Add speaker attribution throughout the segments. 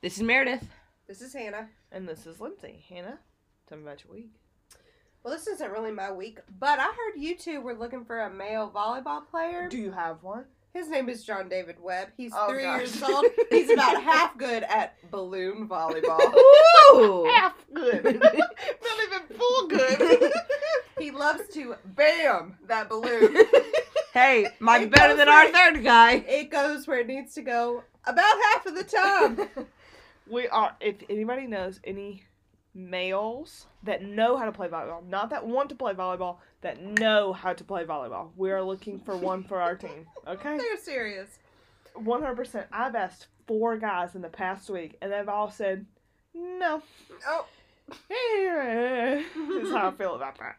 Speaker 1: This is Meredith.
Speaker 2: This is Hannah.
Speaker 3: And this is Lindsay. Hannah, tell me about your week.
Speaker 2: Well, this isn't really my week, but I heard you two were looking for a male volleyball player.
Speaker 3: Do you have one?
Speaker 2: His name is John David Webb. He's
Speaker 3: Oh,
Speaker 2: three
Speaker 3: gosh.
Speaker 2: years old. He's about half good at balloon volleyball.
Speaker 1: Ooh!
Speaker 3: Half good. Not even full good.
Speaker 2: he loves to bam that balloon.
Speaker 1: hey, mine's
Speaker 2: It
Speaker 1: better
Speaker 2: goes
Speaker 1: than our
Speaker 2: like-
Speaker 1: third guy.
Speaker 2: It goes where it needs to go about half of the time.
Speaker 3: we are, if anybody knows any males that know how to play volleyball, not that want to play volleyball, that know how to play volleyball, we are looking for one for our team. Okay?
Speaker 2: They're serious.
Speaker 3: 100%. I've asked four guys in the past week, and they've all said, no.
Speaker 2: Oh,
Speaker 3: That's how I feel about that.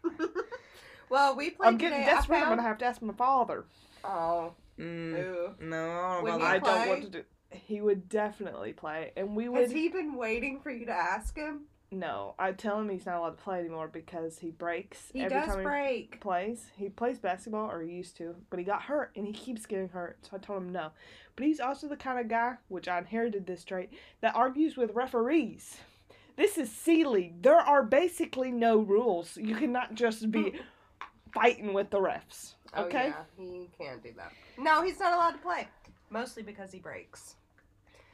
Speaker 2: well, we played
Speaker 3: I'm getting
Speaker 2: today.
Speaker 3: desperate.
Speaker 2: I
Speaker 3: I'm
Speaker 2: found...
Speaker 3: going to have to ask my father.
Speaker 2: Oh,
Speaker 1: Mm,
Speaker 2: ooh.
Speaker 1: no, I don't know
Speaker 2: When
Speaker 1: about
Speaker 2: you
Speaker 3: I
Speaker 1: that.
Speaker 3: don't
Speaker 2: play?
Speaker 3: want to do. He would definitely play, and we would.
Speaker 2: Has he been waiting for you to ask him?
Speaker 3: No, I tell him he's not allowed to play anymore because he breaks
Speaker 2: He
Speaker 3: every
Speaker 2: does
Speaker 3: time he
Speaker 2: break.
Speaker 3: plays. He plays basketball, or he used to, but he got hurt, and he keeps getting hurt. So I told him no. But he's also the kind of guy, which I inherited this trait, that argues with referees. This is C League. There are basically no rules. You cannot just be fighting with the refs.
Speaker 2: Oh,
Speaker 3: Okay.
Speaker 2: yeah, he can't do that. No, he's not allowed to play. Mostly because he breaks.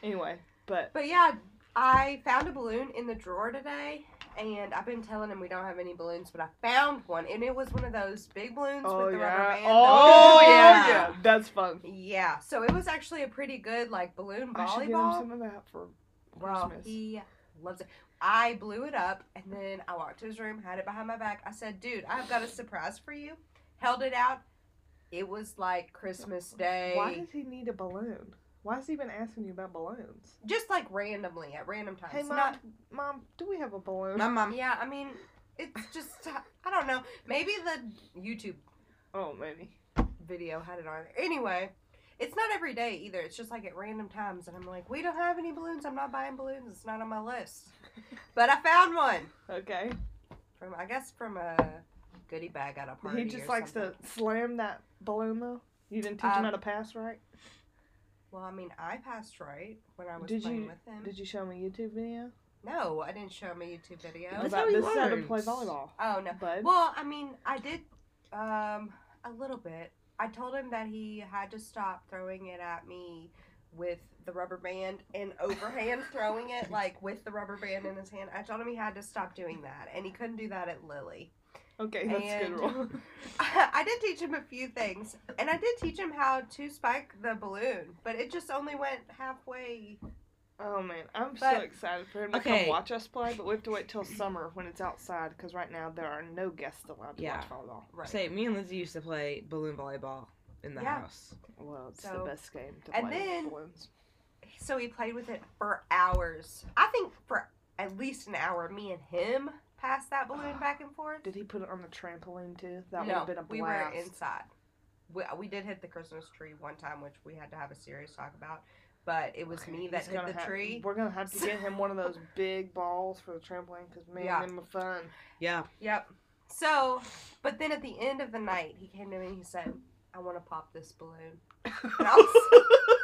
Speaker 3: Anyway, but
Speaker 2: But yeah, I found a balloon in the drawer today, and I've been telling him we don't have any balloons, but I found one, and it was one of those big balloons with the rubber band.
Speaker 3: Oh,
Speaker 1: Oh,
Speaker 3: yeah.
Speaker 1: yeah.
Speaker 3: That's fun.
Speaker 2: Yeah, so it was actually a pretty good like balloon
Speaker 3: I should give him
Speaker 2: volleyball.
Speaker 3: some of that for
Speaker 2: Well,
Speaker 3: Christmas.
Speaker 2: he loves it. I blew it up, and then I walked to his room, had it behind my back. I said, "Dude, I've got a surprise for you." Held it out. It was like Christmas Day.
Speaker 3: Why does he need a balloon? Why has he been asking you about balloons?
Speaker 2: Just like randomly at random times.
Speaker 3: Hey, mom,
Speaker 2: Not
Speaker 3: mom, do we have a balloon?
Speaker 1: My mom.
Speaker 2: Yeah, I mean, it's just uh, I don't know. Maybe the YouTube
Speaker 3: oh, maybe.
Speaker 2: video had it on there. Anyway, it's not every day either. It's just like at random times, and I'm like, we don't have any balloons. I'm not buying balloons. It's not on my list. But I found one
Speaker 3: Okay.
Speaker 2: from I guess from a goodie bag at a party.
Speaker 3: He just likes to slam that balloon though. You didn't teach him
Speaker 2: Um,
Speaker 3: how to pass, right?
Speaker 2: Well, I mean, I passed right when I was
Speaker 3: Did
Speaker 2: playing
Speaker 3: you-
Speaker 2: with him.
Speaker 3: Did you show him a YouTube video
Speaker 2: No, I didn't show him a YouTube video.
Speaker 1: That's
Speaker 3: about
Speaker 1: how he
Speaker 3: this is how to play
Speaker 1: learns.
Speaker 3: volleyball?
Speaker 2: Oh no.
Speaker 3: Bud,
Speaker 2: Well, I mean, I did um a little bit. I told him that he had to stop throwing it at me with the rubber band and overhand throwing it like with the rubber band in his hand. I told him he had to stop doing that and he couldn't do that at Lily.
Speaker 3: okay, that's a good
Speaker 2: and-
Speaker 3: rule.
Speaker 2: I did teach him a few things and I did teach him how to spike the balloon, but it just only went halfway.
Speaker 3: Oh man, I'm so
Speaker 2: But-
Speaker 3: excited for him to come
Speaker 1: Okay.
Speaker 3: watch us play, but we have to wait till summer when it's outside because right now there are no guests allowed to
Speaker 1: Yeah.
Speaker 3: watch volleyball.
Speaker 2: Right.
Speaker 1: Say, me and Lindsay used to play balloon volleyball in the
Speaker 2: Yeah.
Speaker 1: house.
Speaker 3: Well, it's the
Speaker 2: So-
Speaker 3: best game to
Speaker 2: and
Speaker 3: play
Speaker 2: then-
Speaker 3: with balloons.
Speaker 2: So he played with it for hours. I think for at least an hour me and him passed that balloon back and forth.
Speaker 3: Did he put it on the trampoline too? That would
Speaker 2: no,
Speaker 3: have been a blast.
Speaker 2: we were inside. We, we did hit the Christmas tree one time, which we had to have a serious talk about. But it was me that
Speaker 3: He's gonna
Speaker 2: hit the
Speaker 3: ha-
Speaker 2: tree.
Speaker 3: We're gonna have to get him one of those big balls for the trampoline because man,
Speaker 2: Yeah.
Speaker 3: them are fun.
Speaker 1: Yeah.
Speaker 2: Yep. So, but then at the end of the night, he came to me and he said, "I want to pop this balloon." And I was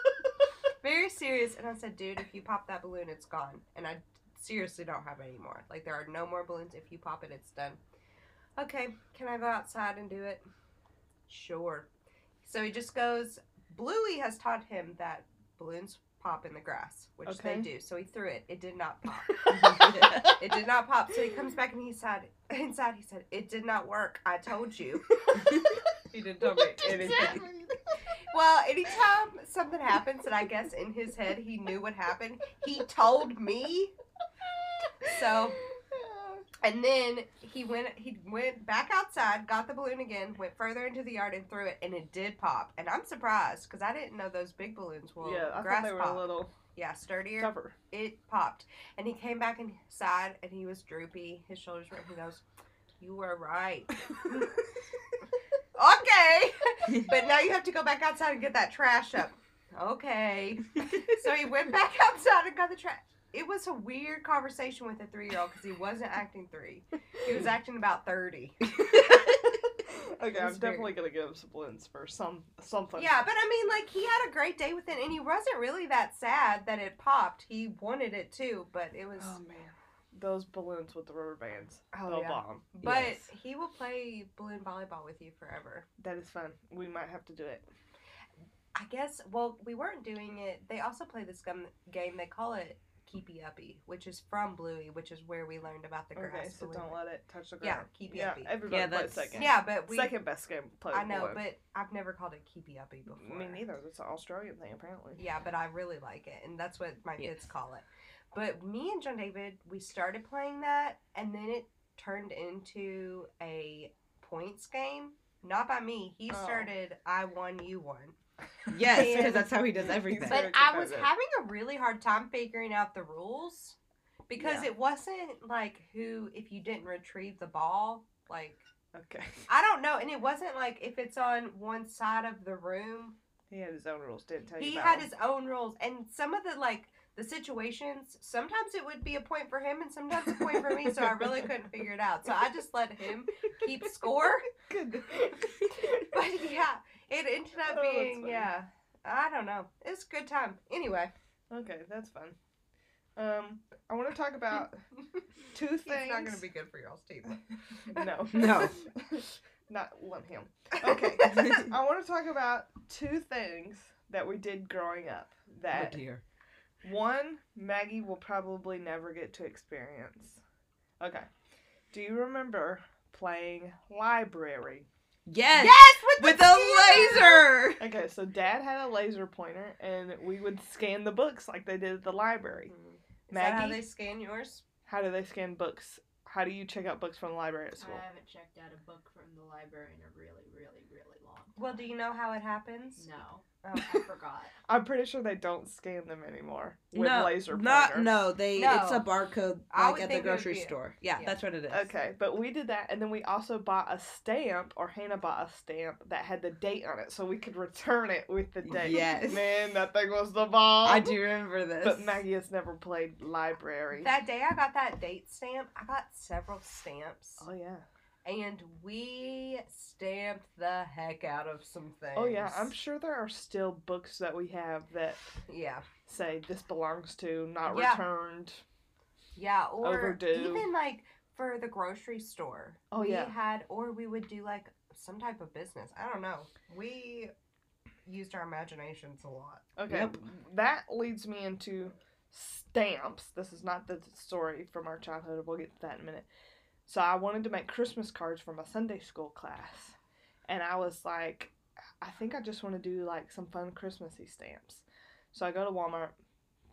Speaker 2: very serious, and I said, "Dude, if you pop that balloon, it's gone." And I seriously don't have any more. Like there are no more balloons. If you pop it, it's done. Okay, can I go outside and do it? Sure. So he just goes. Bluey has taught him that balloons pop in the grass, which
Speaker 3: Okay.
Speaker 2: they do. So he threw it. It did not pop. It did not pop. So he comes back and he said, inside, he said, it did not work. I told you. he didn't tell me anything. Well, anytime something happens and I guess in his head he knew what happened, he told me. So, and then he went, he went back outside, got the balloon again, went further into the yard and threw it, and it did pop. And I'm surprised because I didn't know those big balloons will
Speaker 3: yeah, I thought
Speaker 2: grass
Speaker 3: they were
Speaker 2: pop.
Speaker 3: a little
Speaker 2: yeah, sturdier
Speaker 3: tougher.
Speaker 2: it popped. And he came back inside and he was droopy. His shoulders were, he goes, You were right. okay. but now you have to go back outside and get that trash up. Okay. So he went back outside and got the trash. It was a weird conversation with a three year old because he wasn't acting three. He was acting about 30.
Speaker 3: Okay,
Speaker 2: It
Speaker 3: I'm
Speaker 2: was very-
Speaker 3: definitely gonna give him some blints for some something.
Speaker 2: Yeah, but I mean, like he had a great day with it, and he wasn't really that sad that it popped. He wanted it too, but it was.
Speaker 3: Oh man, those balloons with the rubber bands.
Speaker 2: Oh,
Speaker 3: They'll
Speaker 2: yeah.
Speaker 3: bomb.
Speaker 2: but
Speaker 1: Yes.
Speaker 2: he will play balloon volleyball with you forever.
Speaker 3: That is fun. We might have to do it.
Speaker 2: I guess. Well, we weren't doing it. They also play this gum game. They call it Keepy Uppy, which is from Bluey, which is where we learned about the grass.
Speaker 3: Okay, so
Speaker 2: balloon.
Speaker 3: don't let it touch the
Speaker 2: Yeah,
Speaker 3: ground.
Speaker 2: keep it
Speaker 3: yeah,
Speaker 2: uppy.
Speaker 3: everybody
Speaker 1: Yeah,
Speaker 3: play
Speaker 1: that's-
Speaker 3: second.
Speaker 2: yeah, but we.
Speaker 3: second best game played.
Speaker 2: I know,
Speaker 3: balloon.
Speaker 2: but I've never called it Keepy Uppy before.
Speaker 3: me neither. That's an Australian thing apparently.
Speaker 2: Yeah, but I really like it, and that's what my
Speaker 1: Yes.
Speaker 2: kids call it. But me and John David, we started playing that, and then it turned into a points game. Not by me. He
Speaker 3: Oh.
Speaker 2: started. I won. You won.
Speaker 1: Yes,
Speaker 3: Yeah.
Speaker 1: because that's how he does everything.
Speaker 2: But
Speaker 3: But- very
Speaker 2: I was
Speaker 3: competitive.
Speaker 2: having a really hard time figuring out the rules because
Speaker 3: Yeah.
Speaker 2: it wasn't like who if you didn't retrieve the ball like
Speaker 3: Okay.
Speaker 2: I don't know and it wasn't like if it's on one side of the room
Speaker 3: He had his own rules. Didn't tell you.
Speaker 2: he
Speaker 3: about
Speaker 2: had
Speaker 3: them.
Speaker 2: his own rules and some of the like the situations sometimes it would be a point for him and sometimes a point for me so i really couldn't figure it out so i just let him keep score
Speaker 3: Good.
Speaker 2: but yeah it ended up
Speaker 3: Oh, that's
Speaker 2: being
Speaker 3: funny.
Speaker 2: yeah i don't know it's a good time anyway
Speaker 3: okay, that's fun. Um, I want to talk about two things.
Speaker 2: it's not gonna be good for y'all's teeth
Speaker 3: No.
Speaker 1: No.
Speaker 3: Not one him. Okay. I want to talk about two things that we did growing up
Speaker 1: Oh
Speaker 3: that
Speaker 1: dear.
Speaker 3: one Maggie will probably never get to experience. Okay. Do you remember playing library?
Speaker 1: Yes,
Speaker 2: yes with,
Speaker 1: with
Speaker 2: the
Speaker 1: a laser.
Speaker 3: Okay, so dad had a laser pointer and we would scan the books like they did at the library.
Speaker 2: is that how
Speaker 3: Maggie?
Speaker 2: they scan yours
Speaker 3: How do they scan books? How do you check out books from the library at school?
Speaker 1: Uh,
Speaker 4: I haven't checked out a book from the library in a really, really, really long time.
Speaker 2: well do you know how it happens
Speaker 4: No,
Speaker 2: Oh.
Speaker 4: I forgot.
Speaker 3: I'm pretty sure they don't scan them anymore with
Speaker 1: no,
Speaker 3: laser pointer.
Speaker 1: not no. They
Speaker 2: No.
Speaker 1: it's a barcode
Speaker 2: I
Speaker 1: like
Speaker 2: would
Speaker 1: at
Speaker 2: think
Speaker 1: the
Speaker 2: it would
Speaker 1: grocery
Speaker 2: be-
Speaker 1: store. Yeah,
Speaker 4: yeah.
Speaker 1: that's what it is.
Speaker 3: Okay, but we did that, and then we also bought a stamp, or Hannah bought a stamp that had the date on it, so we could return it with the date.
Speaker 1: Yes.
Speaker 3: man, that thing was the bomb.
Speaker 1: I do remember this.
Speaker 3: But Maggie has never played library.
Speaker 2: that day i got that date stamp i got several stamps
Speaker 3: oh yeah.
Speaker 2: and we stamped the heck out of some things.
Speaker 3: Oh yeah. I'm sure there are still books that we have that
Speaker 2: yeah,
Speaker 3: say this belongs to, not
Speaker 2: Yeah.
Speaker 3: returned.
Speaker 2: yeah, or
Speaker 3: Overdue.
Speaker 2: even like for the grocery store.
Speaker 3: Oh,
Speaker 2: we
Speaker 3: yeah.
Speaker 2: had or we would do like some type of business. I don't know. We used our imaginations a lot.
Speaker 3: Okay.
Speaker 1: Yep.
Speaker 3: That leads me into stamps. This is not the story from our childhood. We'll get to that in a minute. So I wanted to make Christmas cards for my Sunday school class. And I was like, I think I just want to do like some fun Christmassy stamps. So I go to Walmart.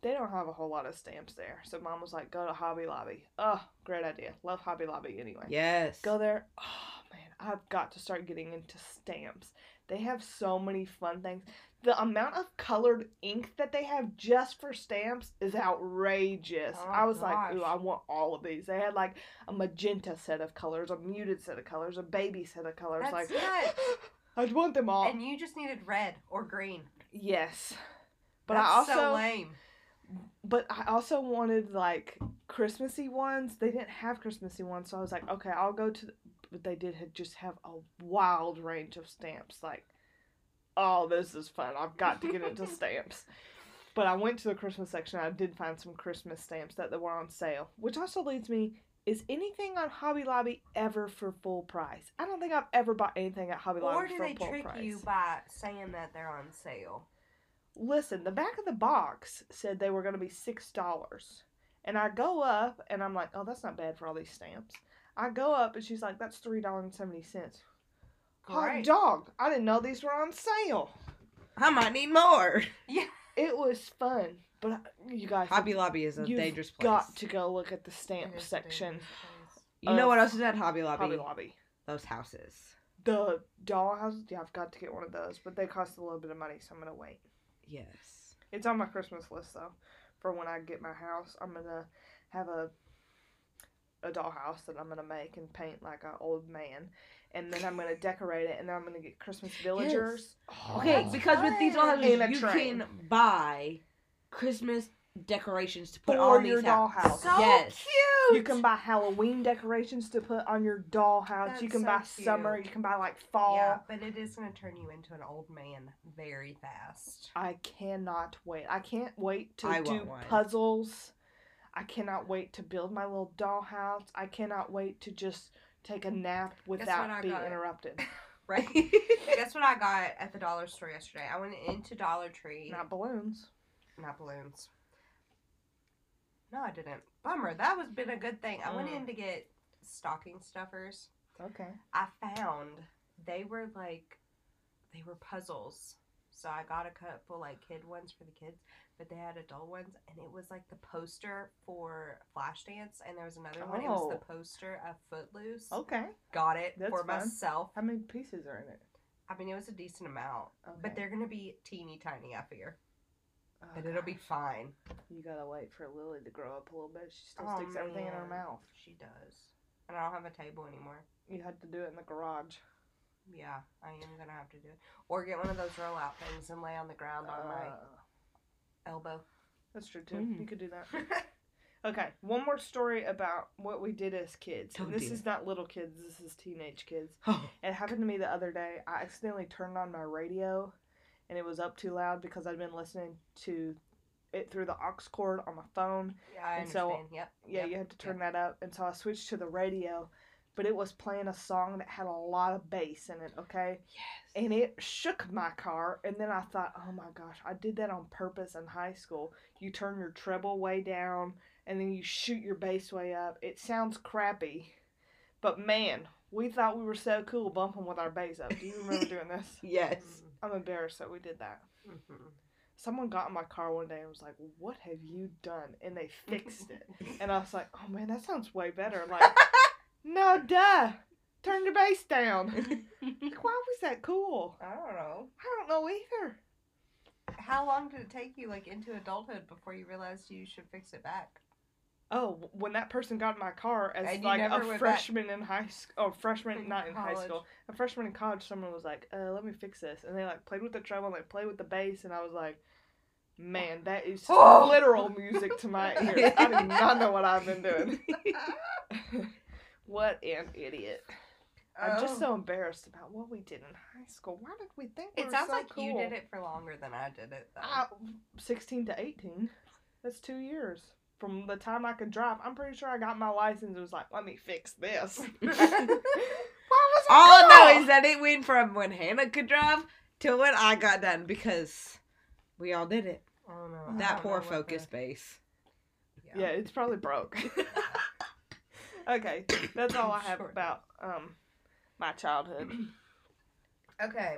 Speaker 3: They don't have a whole lot of stamps there. So mom was like, go to Hobby Lobby. Oh, great idea. Love Hobby Lobby anyway.
Speaker 1: yes.
Speaker 3: Go there. Oh man, I've got to start getting into stamps. They have so many fun things. The amount of colored ink that they have just for stamps is outrageous.
Speaker 2: Oh,
Speaker 3: I was like,
Speaker 2: gosh.
Speaker 3: ooh, I want all of these. They had like a magenta set of colors, a muted set of colors, a baby set of colors.
Speaker 2: That's
Speaker 3: like,
Speaker 2: it.
Speaker 3: I'd want them all.
Speaker 2: and you just needed red or green.
Speaker 3: yes, but I
Speaker 2: That's
Speaker 3: also
Speaker 2: so lame.
Speaker 3: but I also wanted like Christmassy ones. They didn't have Christmassy ones, so I was like, okay, I'll go to. The... But they did have, just have a wild range of stamps. Like, oh, this is fun. I've got to get into stamps. But I went to the Christmas section. I did find some Christmas stamps that they were on sale, which also leads me. Is anything on Hobby Lobby ever for full price? I don't think I've ever bought anything at Hobby Lobby
Speaker 2: Or do
Speaker 3: for
Speaker 2: they
Speaker 3: full
Speaker 2: trick
Speaker 3: price.
Speaker 2: you by saying that they're on sale?
Speaker 3: listen, the back of the box said they were going to be six dollars, and I go up and I'm like, oh, that's not bad for all these stamps. I go up and she's like, that's three dollars and seventy cents. Hot
Speaker 2: Great.
Speaker 3: dog! I didn't know these were on sale.
Speaker 1: I might need more.
Speaker 3: It was fun, but I- you guys,
Speaker 1: Hobby Lobby is a
Speaker 3: you've
Speaker 1: dangerous place.
Speaker 3: got to go look at the stamp
Speaker 2: It is a
Speaker 3: section.
Speaker 2: dangerous place.
Speaker 1: you know what
Speaker 3: of
Speaker 1: else is at Hobby Lobby?
Speaker 3: Hobby Lobby.
Speaker 1: Those houses.
Speaker 3: The dollhouses. Yeah, I've got to get one of those, but they cost a little bit of money, so I'm gonna wait.
Speaker 1: Yes.
Speaker 3: It's on my Christmas list though. For when I get my house, I'm gonna have a a dollhouse that I'm gonna make and paint like an old man, and then I'm gonna decorate it, and then I'm gonna get Christmas villagers.
Speaker 1: Okay,
Speaker 2: Oh, That's
Speaker 1: because with these
Speaker 2: fun.
Speaker 1: all you
Speaker 3: In a train.
Speaker 1: can buy Christmas decorations to put
Speaker 3: for
Speaker 1: on
Speaker 3: your
Speaker 1: these houses.
Speaker 3: dollhouse.
Speaker 2: So
Speaker 1: yes.
Speaker 2: cute.
Speaker 3: You can buy Halloween decorations to put on your dollhouse. you
Speaker 2: That's
Speaker 3: can
Speaker 2: so
Speaker 3: buy
Speaker 2: cute.
Speaker 3: summer. You can buy like fall.
Speaker 2: Yeah, but it is going to turn you into an old man very fast.
Speaker 3: I cannot wait. I can't wait to
Speaker 1: I
Speaker 3: do
Speaker 1: want one.
Speaker 3: puzzles. I cannot wait to build my little dollhouse. I cannot wait to just take a nap
Speaker 2: I
Speaker 3: without being
Speaker 2: got?
Speaker 3: interrupted.
Speaker 2: Right? Guess what I got at the dollar store yesterday? I went into Dollar Tree.
Speaker 3: Not balloons.
Speaker 2: not balloons. No, I didn't. Bummer. That was been a good thing. I went
Speaker 3: Mm.
Speaker 2: in to get stocking stuffers.
Speaker 3: Okay.
Speaker 2: I found they were like they were puzzles. So I got a couple like kid ones for the kids, but they had adult ones, and it was like the poster for Flashdance, and there was another one. It was
Speaker 3: Oh.
Speaker 2: the poster of Footloose.
Speaker 3: Okay.
Speaker 2: Got it
Speaker 3: That's
Speaker 2: for
Speaker 3: fun.
Speaker 2: myself.
Speaker 3: How many pieces are in it?
Speaker 2: I mean, it was a decent amount,
Speaker 3: Okay.
Speaker 2: but they're gonna be teeny tiny, I fear,
Speaker 3: Oh,
Speaker 2: and it'll be
Speaker 3: gosh.
Speaker 2: fine.
Speaker 3: You gotta wait for Lily to grow up a little bit. She still
Speaker 2: Oh,
Speaker 3: sticks everything in her
Speaker 2: man.
Speaker 3: mouth.
Speaker 2: She does, and I don't have a table anymore.
Speaker 3: You had to do it in the garage.
Speaker 2: Yeah, I am gonna have to do it, or get one of those roll out things and lay on the ground on Mm-hmm. my
Speaker 3: Uh,
Speaker 2: elbow.
Speaker 3: that's true too.
Speaker 1: Mm.
Speaker 3: You could do that. Okay, one more story about what we did as kids. And
Speaker 1: Oh,
Speaker 3: this
Speaker 1: dear.
Speaker 3: is not little kids, this is teenage kids.
Speaker 1: Oh,
Speaker 3: It happened to me the other day. I accidentally turned on my radio and it was up too loud because I'd been listening to it through the aux cord on my phone.
Speaker 2: Yeah, I
Speaker 3: And so-
Speaker 2: understand. yep.
Speaker 3: Yeah,
Speaker 2: yep.
Speaker 3: you had to turn that up. And so I switched to the radio, but it was playing a song that had a lot of bass in it, okay?
Speaker 2: Yes.
Speaker 3: and it shook my car and then i thought oh my gosh i did that on purpose in high school you turn your treble way down and then you shoot your bass way up it sounds crappy but man we thought we were so cool bumping with our bass up do you remember doing this
Speaker 1: yes.
Speaker 3: i'm embarrassed that we did that
Speaker 2: Mhm.
Speaker 3: someone got in my car one day and was like what have you done and they fixed it and i was like oh man that sounds way better like no duh turn your bass down like, why was that cool
Speaker 2: I don't know.
Speaker 3: i don't know either
Speaker 2: How long did it take you, like, into adulthood before you realized you should fix it back?
Speaker 3: Oh, w- when that person got in my car as
Speaker 2: And you
Speaker 3: like
Speaker 2: never
Speaker 3: a
Speaker 2: went
Speaker 3: freshman in high school, oh, freshman
Speaker 2: In
Speaker 3: not in high
Speaker 2: college.
Speaker 3: school, a freshman in college, someone was like, "Uh, let me fix this," and they like played with the treble and they played with the bass, and I was like, "Man, that is
Speaker 2: Oh.
Speaker 3: literal music to my ears. I do not know what I've been doing. what an idiot! I'm just
Speaker 2: Oh.
Speaker 3: so embarrassed about what we did in high school. Why did we think we
Speaker 2: It
Speaker 3: were
Speaker 2: sounds
Speaker 3: so
Speaker 2: like
Speaker 3: cool? Ah.
Speaker 2: you did it for longer than I did it, though.
Speaker 3: I, 16 to 18. That's two years. From the time I could drive, I'm pretty sure I got my license. It was like, let me fix this. Why was
Speaker 2: Oh,
Speaker 1: All I
Speaker 3: cool?
Speaker 1: know is that it went from when Hannah could drive to when I got done because we all did it.
Speaker 2: I don't know. I
Speaker 1: That
Speaker 2: don't
Speaker 1: poor
Speaker 2: know what the-
Speaker 1: focus base.
Speaker 3: Yeah, it's probably broke. okay, that's all I have
Speaker 2: Sure.
Speaker 3: about um my childhood.
Speaker 2: Okay.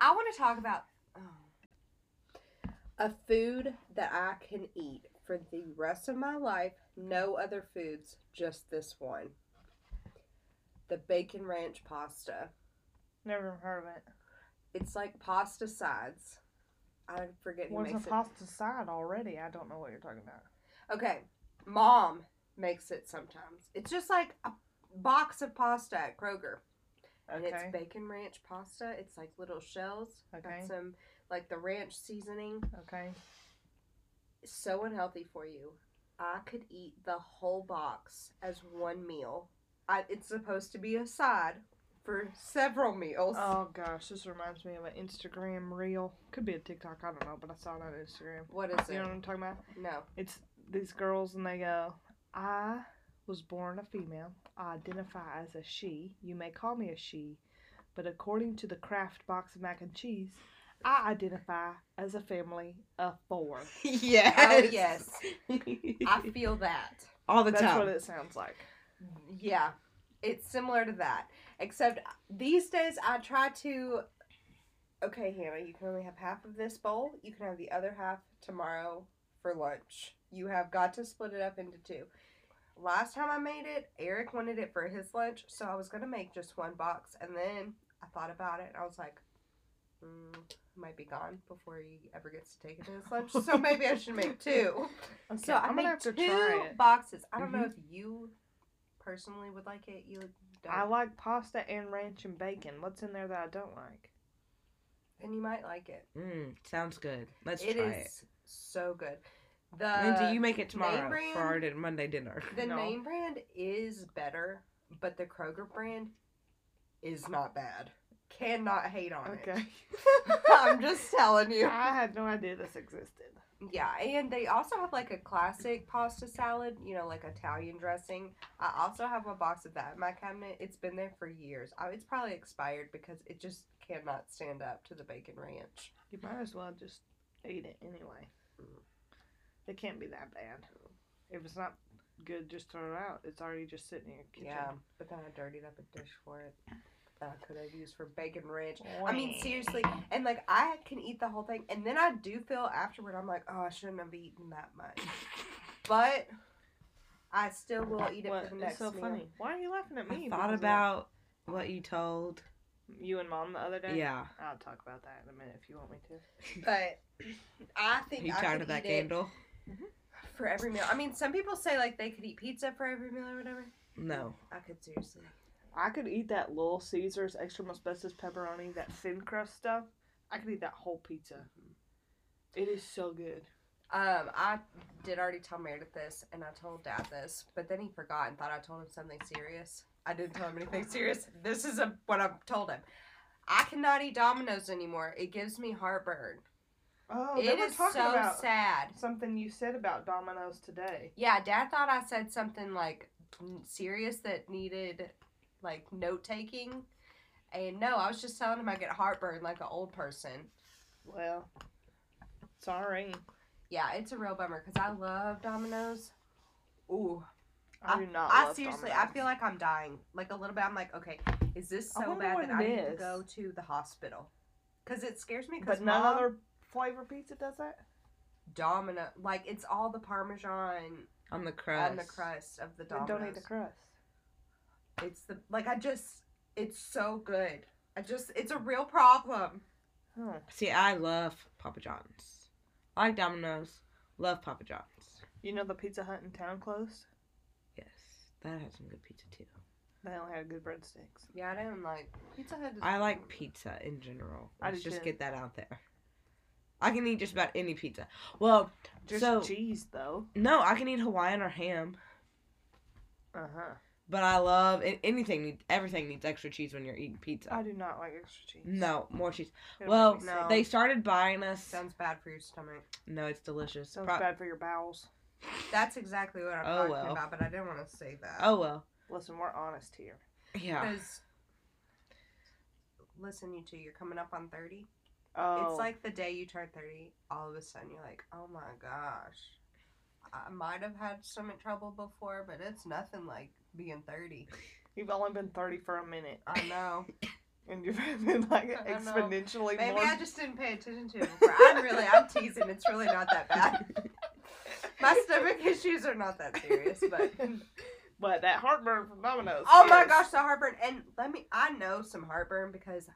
Speaker 2: I want to talk about oh. a food that I can eat for the rest of my life. No other foods, just this one. The bacon ranch pasta.
Speaker 3: Never heard of it.
Speaker 2: It's like pasta sides. I forget who
Speaker 3: What's
Speaker 2: makes
Speaker 3: a
Speaker 2: it.
Speaker 3: pasta side already? I don't know what you're talking about.
Speaker 2: okay, mom makes it sometimes. It's just like a box of pasta at Kroger. And it's
Speaker 3: Okay.
Speaker 2: bacon ranch pasta. It's like little shells.
Speaker 3: Okay.
Speaker 2: Got some like the ranch seasoning.
Speaker 3: Okay.
Speaker 2: so unhealthy for you. I could eat the whole box as one meal. I, it's supposed to be a side for several meals.
Speaker 3: Oh gosh, this reminds me of an Instagram reel. Could be a TikTok. I don't know, but I saw it on Instagram.
Speaker 2: what is it?
Speaker 3: You know what I'm talking about?
Speaker 2: no.
Speaker 3: it's these girls and they go, I was born a female. I identify as a she. You may call me a she, but according to the Kraft box of mac and cheese, I identify as a family of four.
Speaker 1: yes.
Speaker 2: Oh yes, I feel that.
Speaker 1: all the
Speaker 3: That's
Speaker 1: time.
Speaker 3: what it sounds like.
Speaker 2: Yeah, it's similar to that. Except these days, I try to. Okay, Hannah, you can only have half of this bowl. You can have the other half tomorrow for lunch. You have got to split it up into two. Last time I made it, Eric wanted it for his lunch, so I was gonna make just one box, and then I thought about it, and I was like, mm, might be gone before he ever gets to take it to his lunch, so maybe I should make two.
Speaker 3: Okay,
Speaker 2: So I
Speaker 3: I'm
Speaker 2: made
Speaker 3: gonna have to
Speaker 2: two
Speaker 3: try it. Mm-hmm.
Speaker 2: boxes. I don't know if you personally would like it. You don't.
Speaker 3: I like pasta and ranch and bacon. What's in there that I don't like?
Speaker 2: and you might like it.
Speaker 1: Mm, sounds good. Let's
Speaker 2: It is
Speaker 1: try it.
Speaker 2: so good. The
Speaker 1: Lindsay, you make it tomorrow
Speaker 2: Uh, name
Speaker 1: for our
Speaker 2: brand?
Speaker 1: din- Monday dinner.
Speaker 2: the
Speaker 3: No.
Speaker 2: name brand is better, but the Kroger brand is not bad. Cannot hate on
Speaker 3: Okay.
Speaker 2: it. I'm just telling you.
Speaker 3: I had no idea this existed.
Speaker 2: Yeah, and they also have like a classic pasta salad, you know, like Italian dressing. I also have a box of that in my cabinet. It's been there for years. I, it's probably expired because it just cannot stand up to the bacon ranch.
Speaker 3: You might as well just eat it anyway. It can't be that bad. If it's not good, just throw it out. It's already just sitting in your kitchen.
Speaker 2: Yeah, but then I dirtied up a dish for it that I could have used for bacon ranch. I mean, seriously, and like I can eat the whole thing, and then I do feel afterward, I'm like, oh, I shouldn't have eaten that much, but I still will eat it
Speaker 3: What?
Speaker 2: for the
Speaker 3: It's
Speaker 2: next
Speaker 3: so
Speaker 2: meal.
Speaker 3: funny. Why are you laughing at me?
Speaker 1: I thought
Speaker 3: because of
Speaker 1: about what you told.
Speaker 3: you and mom the other day.
Speaker 1: Yeah.
Speaker 3: I'll talk about that in a minute if you want me to.
Speaker 2: But I think
Speaker 1: You
Speaker 2: I
Speaker 1: tired
Speaker 2: could
Speaker 1: of that
Speaker 2: eat it
Speaker 1: candle?
Speaker 2: for every meal. I mean, some people say like they could eat pizza for every meal or whatever.
Speaker 1: No.
Speaker 2: I could seriously.
Speaker 3: I could eat that Little Caesars extra asbestos pepperoni, that thin crust stuff. I could eat that whole pizza. It is so good.
Speaker 2: Um, I did already tell Meredith this, and I told Dad this, but then he forgot and thought I told him something serious. I didn't tell him anything serious. This is a, what I've told him. I cannot eat Domino's anymore. It gives me heartburn.
Speaker 3: Oh,
Speaker 2: It
Speaker 3: they
Speaker 2: is
Speaker 3: were talking
Speaker 2: so
Speaker 3: about
Speaker 2: sad.
Speaker 3: something you said about Domino's today.
Speaker 2: Yeah, Dad thought I said something like n- serious that needed like note taking, and no, I was just telling him I get heartburn like an old person.
Speaker 3: Well, sorry.
Speaker 2: Yeah, it's a real bummer because I love Domino's. Ooh,
Speaker 3: I, do not.
Speaker 2: I
Speaker 3: love
Speaker 2: seriously, I
Speaker 3: Domino's.
Speaker 2: feel like I'm dying. Like a little bit, I'm like, okay, is this
Speaker 3: I
Speaker 2: so
Speaker 3: wonder
Speaker 2: bad
Speaker 3: what
Speaker 2: that I
Speaker 3: it
Speaker 2: need to
Speaker 3: is.
Speaker 2: go to the hospital? Because it scares me. Because
Speaker 3: But none
Speaker 2: mom,
Speaker 3: other flavor pizza does that.
Speaker 2: Domino, like it's all the Parmesan
Speaker 1: On the crust.
Speaker 2: on the crust of the
Speaker 3: Then
Speaker 2: Domino's.
Speaker 3: don't eat the crust.
Speaker 2: It's the like I just, it's so good. I just, it's a real problem.
Speaker 3: Huh.
Speaker 1: See, I love Papa John's. I like Domino's. Love Papa John's.
Speaker 3: You know the Pizza Hut in town closed.
Speaker 1: Yes. That has some good pizza too.
Speaker 3: They only had good breadsticks.
Speaker 2: Yeah, I don't like Pizza mm, Hut. is-
Speaker 1: I like pizza in general.
Speaker 3: I
Speaker 1: Let's
Speaker 3: do
Speaker 1: just
Speaker 3: too.
Speaker 1: get that out there. I can eat just about any pizza. Well,
Speaker 3: Just
Speaker 1: So-
Speaker 3: cheese though.
Speaker 1: no, I can eat Hawaiian or ham,
Speaker 3: Uh huh.
Speaker 1: but I love a- anything. need- Everything needs extra cheese when you're eating pizza.
Speaker 3: I do not like extra cheese.
Speaker 1: No, more cheese.
Speaker 3: It'll
Speaker 1: well,
Speaker 3: make me
Speaker 2: No.
Speaker 3: sick.
Speaker 1: They started buying us.
Speaker 2: Sounds bad for your stomach.
Speaker 1: no, it's delicious.
Speaker 3: sounds
Speaker 1: Pro-
Speaker 3: bad for your bowels.
Speaker 2: That's exactly what I'm
Speaker 1: Oh,
Speaker 2: talking
Speaker 1: well.
Speaker 2: about, but I didn't want to say that.
Speaker 1: Oh well.
Speaker 3: Listen, we're honest here.
Speaker 1: Yeah.
Speaker 2: Because listen, you two, you're coming up on thirty.
Speaker 3: Oh,
Speaker 2: It's like the day you turn thirty, all of a sudden you're like, oh my gosh, I might have had stomach trouble before, but it's nothing like being thirty.
Speaker 3: you've only been thirty for a minute,
Speaker 2: I know.
Speaker 3: and you've been like
Speaker 2: I don't know.
Speaker 3: exponentially
Speaker 2: Maybe
Speaker 3: more.
Speaker 2: I just didn't pay attention to it before. I'm really, I'm teasing. It's really not that bad. My stomach issues are not that serious, but.
Speaker 3: but that heartburn from Domino's.
Speaker 2: Oh my
Speaker 3: yes.
Speaker 2: gosh, the heartburn! And let me—I know some heartburn because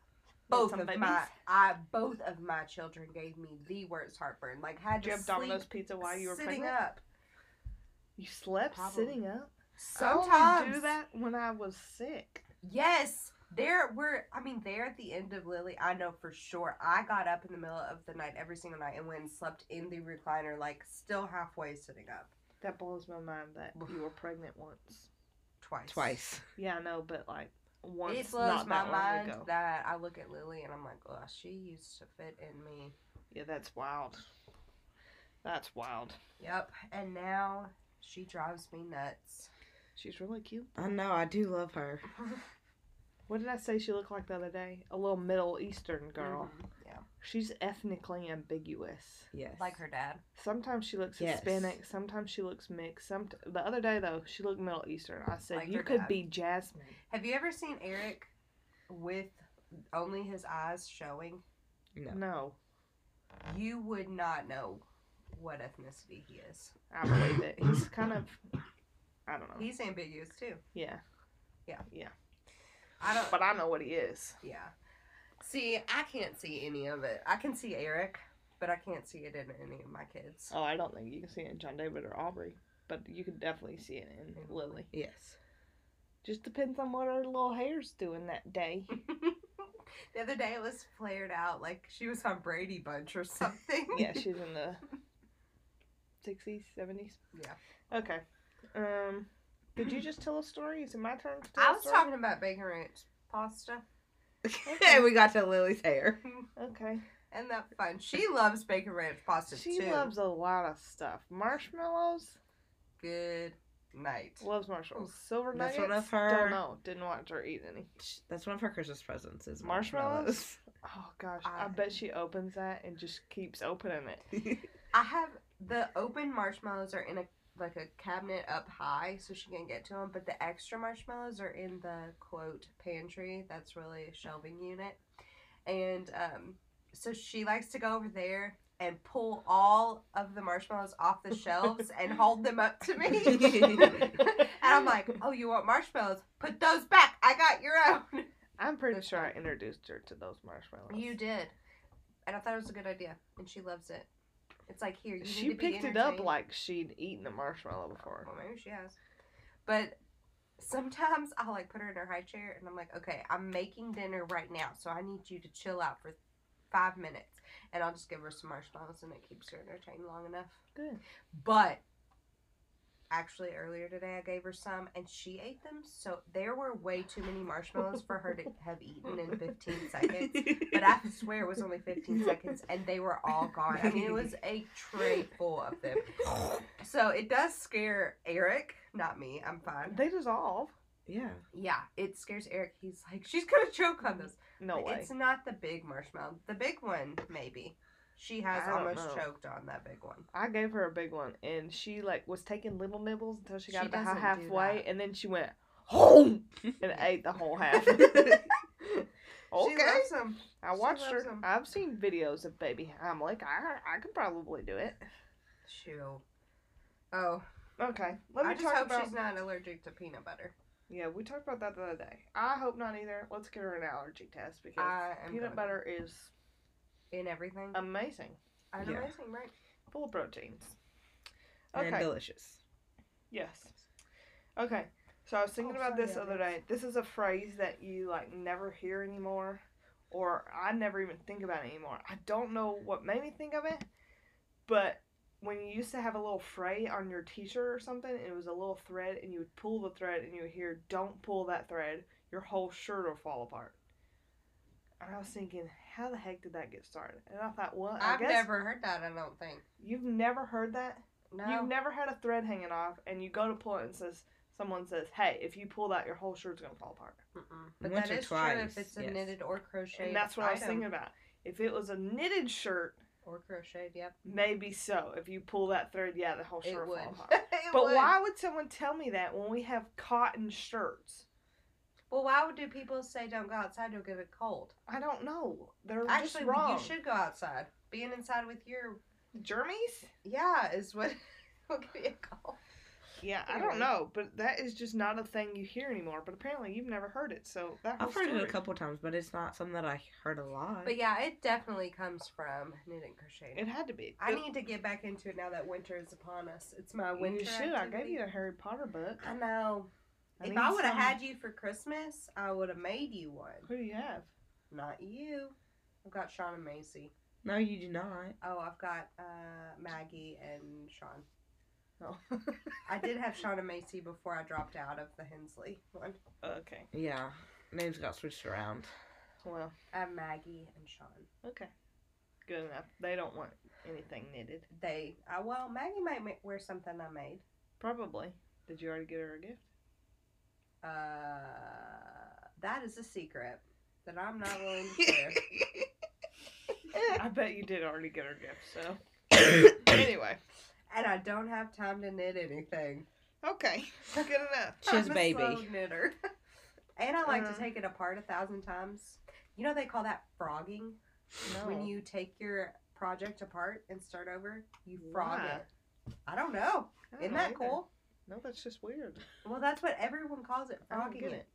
Speaker 2: both
Speaker 3: some
Speaker 2: of
Speaker 3: babies?
Speaker 2: my I both of my children gave me the worst heartburn. Like had
Speaker 3: Did you
Speaker 2: to
Speaker 3: have
Speaker 2: sleep
Speaker 3: Domino's pizza while you were
Speaker 2: sitting
Speaker 3: pregnant?
Speaker 2: up.
Speaker 3: You slept
Speaker 2: Probably.
Speaker 3: sitting up. I
Speaker 2: Sometimes
Speaker 3: only Oh, do that when I was sick.
Speaker 2: Yes, there were. I mean, there at the end of Lily, I know for sure. I got up in the middle of the night every single night and went and slept in the recliner, like still halfway sitting up
Speaker 3: That blows my mind that you were pregnant once.
Speaker 2: twice.
Speaker 1: Twice.
Speaker 3: Yeah, I know, but like once,
Speaker 2: it blows
Speaker 3: not
Speaker 2: my
Speaker 3: that long
Speaker 2: mind
Speaker 3: ago.
Speaker 2: that I look at Lily and I'm like, oh, she used to fit in me.
Speaker 3: Yeah, that's wild. That's wild.
Speaker 2: Yep, and now she drives me nuts.
Speaker 3: She's really cute.
Speaker 1: I know. I do love her.
Speaker 3: What did I say she looked like the other day? A little Middle Eastern girl.
Speaker 2: Mm.
Speaker 4: Mm-hmm.
Speaker 3: She's ethnically ambiguous.
Speaker 1: Yes.
Speaker 2: Like her dad.
Speaker 3: Sometimes she looks
Speaker 1: Yes.
Speaker 3: Hispanic. Sometimes she looks mixed. Some the other day though, she looked Middle Eastern. I said
Speaker 2: Like
Speaker 3: you
Speaker 2: her
Speaker 3: could
Speaker 2: dad.
Speaker 3: be Jasmine.
Speaker 2: Have you ever seen Eric with only his eyes showing?
Speaker 1: No.
Speaker 3: No,
Speaker 2: You would not know what ethnicity he is.
Speaker 3: I believe it. He's kind of, I don't know.
Speaker 2: He's ambiguous too.
Speaker 3: yeah,
Speaker 2: I don't.
Speaker 3: but I know what he is.
Speaker 2: Yeah. See, I can't see any of it. I can see Eric, but I can't see it in any of my kids.
Speaker 3: Oh, I don't think you can see it in John David or Aubrey, but you can definitely see it in Lily.
Speaker 1: Yes.
Speaker 3: Just depends on what her little hair's doing that day.
Speaker 2: the other day it was flared out like she was on Brady Bunch or something.
Speaker 3: yeah, she's in the 60s, 70s?
Speaker 2: Yeah.
Speaker 3: Okay. Um, did you just tell a story? Is it my turn to tell
Speaker 2: I
Speaker 3: a
Speaker 2: was
Speaker 3: story?
Speaker 2: talking about bacon ranch pasta
Speaker 1: and we got to Lily's hair.
Speaker 3: Okay.
Speaker 2: and that fun. She loves bacon ranch pasta
Speaker 3: She
Speaker 2: too.
Speaker 3: loves a lot of stuff. Marshmallows?
Speaker 2: good night.
Speaker 3: Loves marshmallows. Silver
Speaker 1: That's
Speaker 3: nuggets?
Speaker 1: what I've
Speaker 3: Don't
Speaker 1: heard.
Speaker 3: know. Didn't watch her eat any.
Speaker 1: That's one of her Christmas presents is
Speaker 3: Marshmallows? Oh, gosh. I
Speaker 2: I-
Speaker 3: bet she opens that and just keeps opening it.
Speaker 2: I have the open marshmallows are in a like a cabinet up high, so she can get to them. But the extra marshmallows are in the quote pantry. That's really a shelving unit, and um, so she likes to go over there and pull all of the marshmallows off the shelves and hold them up to me. And I'm like, oh, you want marshmallows? Put those back. I got your own.
Speaker 3: I'm pretty
Speaker 2: That's
Speaker 3: sure I
Speaker 2: fine.
Speaker 3: introduced her to those marshmallows.
Speaker 2: You did. And I thought it was a good idea. And she loves it. It's like, here, you need
Speaker 3: She
Speaker 2: to be
Speaker 3: picked it up
Speaker 2: entertained.
Speaker 3: like she'd eaten a marshmallow
Speaker 2: Oh,
Speaker 3: before.
Speaker 2: Well, maybe she has. But sometimes I'll like put her in her high chair and I'm like, okay, I'm making dinner right now. So I need you to chill out for five minutes. And I'll just give her some marshmallows and it keeps her entertained long enough.
Speaker 3: Good.
Speaker 2: But actually, earlier today, I gave her some and she ate them. So there were way too many marshmallows for her to have eaten in 15 seconds. But I swear it was only 15 seconds and they were all gone. I mean, it was a tray full of them. So it does scare Eric, not me. I'm fine.
Speaker 3: They dissolve.
Speaker 1: yeah.
Speaker 2: Yeah, it scares Eric. He's like, she's gonna choke on this.
Speaker 3: No way.
Speaker 2: It's not the big marshmallow. The big one, maybe. She has
Speaker 3: I don't
Speaker 2: almost
Speaker 3: know.
Speaker 2: choked on that big one.
Speaker 3: I gave her a big one, and she like was taking little nibbles until she got
Speaker 2: She
Speaker 3: about
Speaker 2: doesn't do
Speaker 3: halfway,
Speaker 2: that.
Speaker 3: and then she went home and ate the whole half.
Speaker 2: She
Speaker 3: okay,
Speaker 2: loves them.
Speaker 3: I
Speaker 2: she
Speaker 3: watched her.
Speaker 2: loves 'em.
Speaker 3: I've seen videos of baby Hamlet. I I could probably do it.
Speaker 2: Shoo. Oh,
Speaker 3: Okay, let me
Speaker 2: I just
Speaker 3: talk
Speaker 2: hope
Speaker 3: about.
Speaker 2: she's not allergic to peanut butter.
Speaker 3: Yeah, we talked about that the other day. I hope not either. Let's get her an allergy test because
Speaker 2: I am
Speaker 3: peanut
Speaker 2: gonna-
Speaker 3: butter is
Speaker 2: in everything.
Speaker 3: amazing,
Speaker 2: I'm
Speaker 1: yeah.
Speaker 2: amazing, right?
Speaker 3: full of proteins.
Speaker 1: And delicious.
Speaker 3: Yes. Okay. So I was thinking
Speaker 2: Oh,
Speaker 3: about
Speaker 2: sorry,
Speaker 3: this
Speaker 2: I
Speaker 3: other day. This is a phrase that you like never hear anymore, or I never even think about it anymore. I don't know what made me think of it, but when you used to have a little fray on your t-shirt or something, and it was a little thread, and you would pull the thread, and you would hear, "Don't pull that thread. Your whole shirt will fall apart." And I was thinking, how the heck did that get started? And I thought, well, I
Speaker 2: I've
Speaker 3: guess
Speaker 2: never heard that. I don't think.
Speaker 3: you've never heard that.
Speaker 2: No.
Speaker 3: You've never had a thread hanging off, and you go to pull it, and says someone says, "Hey, if you pull that, your whole shirt's gonna fall apart."
Speaker 2: Mm-mm. But
Speaker 1: Once
Speaker 2: that
Speaker 1: or
Speaker 2: is true
Speaker 1: twice,
Speaker 2: if it's a
Speaker 1: yes.
Speaker 2: knitted or crocheted.
Speaker 3: and that's what I was
Speaker 2: item.
Speaker 3: thinking about. If it was a knitted shirt,
Speaker 2: Or crocheted, yep.
Speaker 3: maybe so. If you pull that thread, yeah, the whole
Speaker 2: It
Speaker 3: shirt will
Speaker 2: would.
Speaker 3: fall apart.
Speaker 2: It
Speaker 3: But
Speaker 2: would.
Speaker 3: why would someone tell me that when we have cotton shirts?
Speaker 2: Well, why would do people say don't go outside? You'll get a cold.
Speaker 3: I don't know. They're
Speaker 2: Actually,
Speaker 3: just wrong.
Speaker 2: you should go outside. Being inside with your
Speaker 3: Germies?
Speaker 2: yeah is what will give you a cold.
Speaker 3: Yeah, I
Speaker 2: Anyway.
Speaker 3: don't know, but that is just not a thing you hear anymore. But apparently, you've never heard it, so that whole
Speaker 1: I've heard it a
Speaker 3: story-
Speaker 1: couple times, but it's not something that I heard a lot.
Speaker 2: But yeah, it definitely comes from knitting
Speaker 3: It
Speaker 2: crocheting.
Speaker 3: had to be.
Speaker 2: I need to get back into it now that winter is upon us. It's my winter.
Speaker 3: You should. I gave
Speaker 2: activity.
Speaker 3: you a Harry Potter book.
Speaker 2: I know. if
Speaker 3: need
Speaker 2: I would have
Speaker 3: some.
Speaker 2: had you for Christmas, I would have made you one.
Speaker 3: Who do you have?
Speaker 2: Not you. I've got Sean and Macy.
Speaker 1: no, you do not.
Speaker 2: Oh, I've got uh, Maggie and Sean.
Speaker 3: Oh.
Speaker 2: I did have Sean and Macy before I dropped out of the Hensley one.
Speaker 3: Oh, Okay.
Speaker 1: Yeah. Names got switched around.
Speaker 3: Well,
Speaker 2: I have Maggie and Sean.
Speaker 3: okay. Good enough. They don't want anything knitted.
Speaker 2: They, uh, well, Maggie might ma- wear something I made.
Speaker 3: Probably. Did you already get her a gift?
Speaker 2: Uh, that is a secret that I'm not willing to share.
Speaker 3: I bet you did already get her gift, so. anyway.
Speaker 2: and I don't have time to knit anything.
Speaker 3: Okay. Good enough.
Speaker 1: She's
Speaker 2: I'm a
Speaker 1: baby.
Speaker 2: slow knitter. and I like
Speaker 3: Uh-huh.
Speaker 2: to take it apart a thousand times. You know they call that frogging? when you take your project apart and start over, you frog
Speaker 3: Why?
Speaker 2: it. I don't know.
Speaker 3: I don't
Speaker 2: Isn't
Speaker 3: know
Speaker 2: that
Speaker 3: either.
Speaker 2: cool?
Speaker 3: No, that's just weird.
Speaker 2: Well, that's what everyone calls it,
Speaker 3: I don't
Speaker 2: frogging
Speaker 3: get
Speaker 2: it.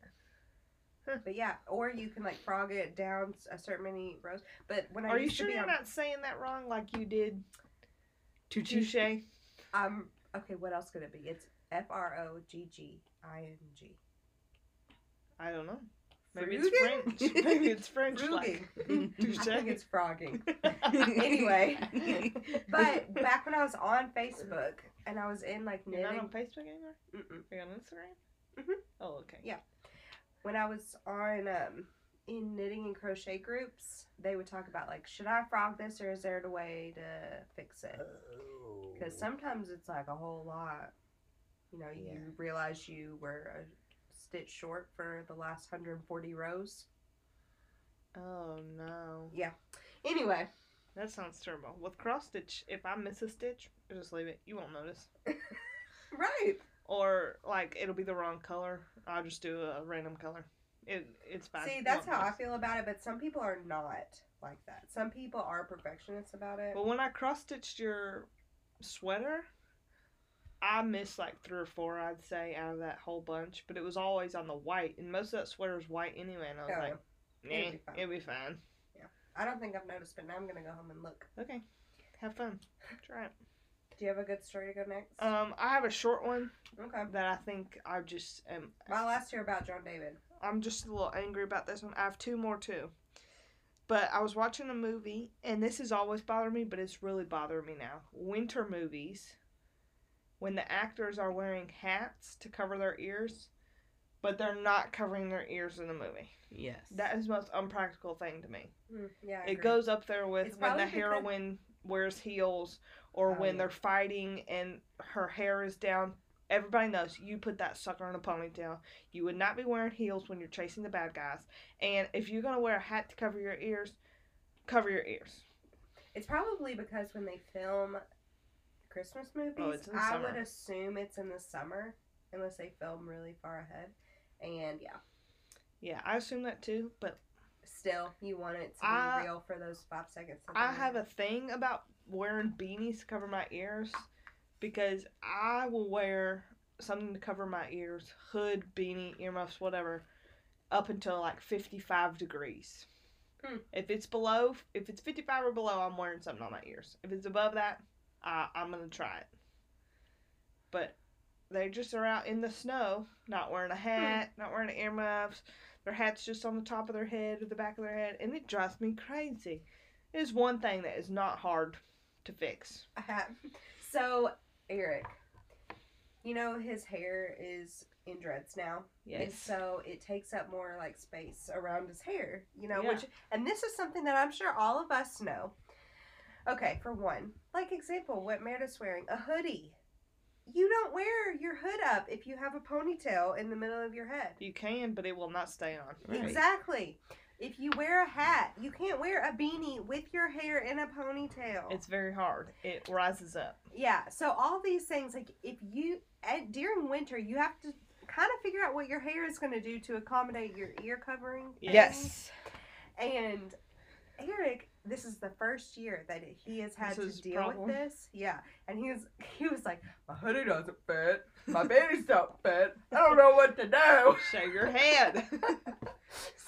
Speaker 2: But yeah, or you can like frog it down s- a certain many rows. But when I
Speaker 3: Are you
Speaker 2: used
Speaker 3: sure
Speaker 2: to be
Speaker 3: you're
Speaker 2: on,
Speaker 3: not saying that wrong like you did
Speaker 1: Too
Speaker 3: touche?
Speaker 1: cheap.
Speaker 2: um, okay, what else could it be? It's F R O G G I N G.
Speaker 3: I don't know. Maybe it's French. Maybe it's French. like.
Speaker 2: I
Speaker 3: Touche.
Speaker 2: think it's frogging.
Speaker 1: anyway.
Speaker 2: But back when I was on Facebook and I was in like
Speaker 3: You're not on
Speaker 2: knitting,
Speaker 3: Facebook anymore?
Speaker 2: Mm-mm.
Speaker 3: Are you on Instagram?
Speaker 2: Mhm.
Speaker 3: Oh, okay.
Speaker 2: Yeah. when I was on um, in knitting and crochet groups, they would talk about like, should I frog this or is there a way to fix it? Because
Speaker 3: Oh.
Speaker 2: sometimes it's like a whole lot. You know, you
Speaker 1: Yeah.
Speaker 2: realize you were a stitch short for the last 140 rows.
Speaker 3: Oh no.
Speaker 2: Yeah. Anyway,
Speaker 3: That sounds terrible. With cross stitch, if I miss a stitch, I just leave it. You won't notice.
Speaker 2: right.
Speaker 3: Or like it'll be the wrong color. I'll just do a random color. It it's fine.
Speaker 2: See,
Speaker 3: You
Speaker 2: that's
Speaker 3: won't
Speaker 2: how I
Speaker 3: notice.
Speaker 2: feel about it, but some people are not like that. Some people are perfectionists about it.
Speaker 3: But when I cross stitched your sweater, I missed like three or four, I'd say, out of that whole bunch. But it was always on the white, and most of that sweater is white anyway. And I was
Speaker 2: Oh,
Speaker 3: like,
Speaker 2: it'll
Speaker 3: "Nah,
Speaker 2: be fine."
Speaker 3: it'll be fine."
Speaker 2: I don't think I've noticed, but now I'm gonna go home and look.
Speaker 3: Okay, have fun. Try it.
Speaker 2: Do you have a good story to go next?
Speaker 3: Um, I have a short one
Speaker 2: okay.
Speaker 3: that I think I just am.
Speaker 2: My last year about John David.
Speaker 3: I'm just a little angry about this one. I have two more too. But I was watching a movie, and this has always bothered me, but it's really bothering me now. Winter movies, when the actors are wearing hats to cover their ears, but they're not covering their ears in the movie.
Speaker 1: Yes.
Speaker 3: That is the most unpractical thing to me.
Speaker 2: Mm, yeah. I
Speaker 3: It
Speaker 2: agree.
Speaker 3: goes up there with
Speaker 2: It's
Speaker 3: when the
Speaker 2: probably because-
Speaker 3: heroine wears heels or
Speaker 2: Oh,
Speaker 3: when
Speaker 2: yeah.
Speaker 3: they're fighting and her hair is down. Everybody knows you put that sucker in a ponytail. You would not be wearing heels when you're chasing the bad guys. And if you're gonna wear a hat to cover your ears, cover your ears.
Speaker 2: It's probably because when they film Christmas movies,
Speaker 3: Oh, it's in the
Speaker 2: I
Speaker 3: summer.
Speaker 2: would assume it's in the summer, unless they film really far ahead. And yeah,
Speaker 3: Yeah, I assume that too. But
Speaker 2: still, you want it to be
Speaker 3: I-
Speaker 2: real for those five seconds. of the
Speaker 3: I have a
Speaker 2: movie.
Speaker 3: thing about wearing beanies to cover my ears because I will wear something to cover my ears, hood, beanie, earmuffs, whatever, up until like 55 degrees.
Speaker 2: Hmm.
Speaker 3: If it's below, if it's 55 or below, I'm wearing something on my ears. If it's above that, uh, I'm going to try it. But they just are out in the snow, not wearing a hat, not wearing earmuffs. Their hat's just on the top of their head or the back of their head, and it drives me crazy. It is one thing that is not hard to fix.
Speaker 2: I have. So, Eric, you know his hair is in dreads now. And so it takes up more like space around his hair, you know,
Speaker 3: Yeah.
Speaker 2: which and this is something that I'm sure all of us know. Okay, for one, like example, what Meredith's wearing, a hoodie. You don't wear your hood up if you have a ponytail in the middle of your head.
Speaker 3: You can, but it will not stay on.
Speaker 1: Right.
Speaker 2: Exactly. If you wear a hat, you can't wear a beanie with your hair in a ponytail.
Speaker 3: It's very hard. It rises up.
Speaker 2: Yeah. So all these things, like if you at, during winter, you have to kind of figure out what your hair is going to do to accommodate your ear covering. things.
Speaker 1: Yes.
Speaker 2: And Eric, this is the first year that he has had
Speaker 3: This is
Speaker 2: to deal
Speaker 3: problem.
Speaker 2: with this. Yeah. And he was he was like, my hoodie doesn't fit, my panties don't fit. I don't know what to do.
Speaker 3: Shake your head.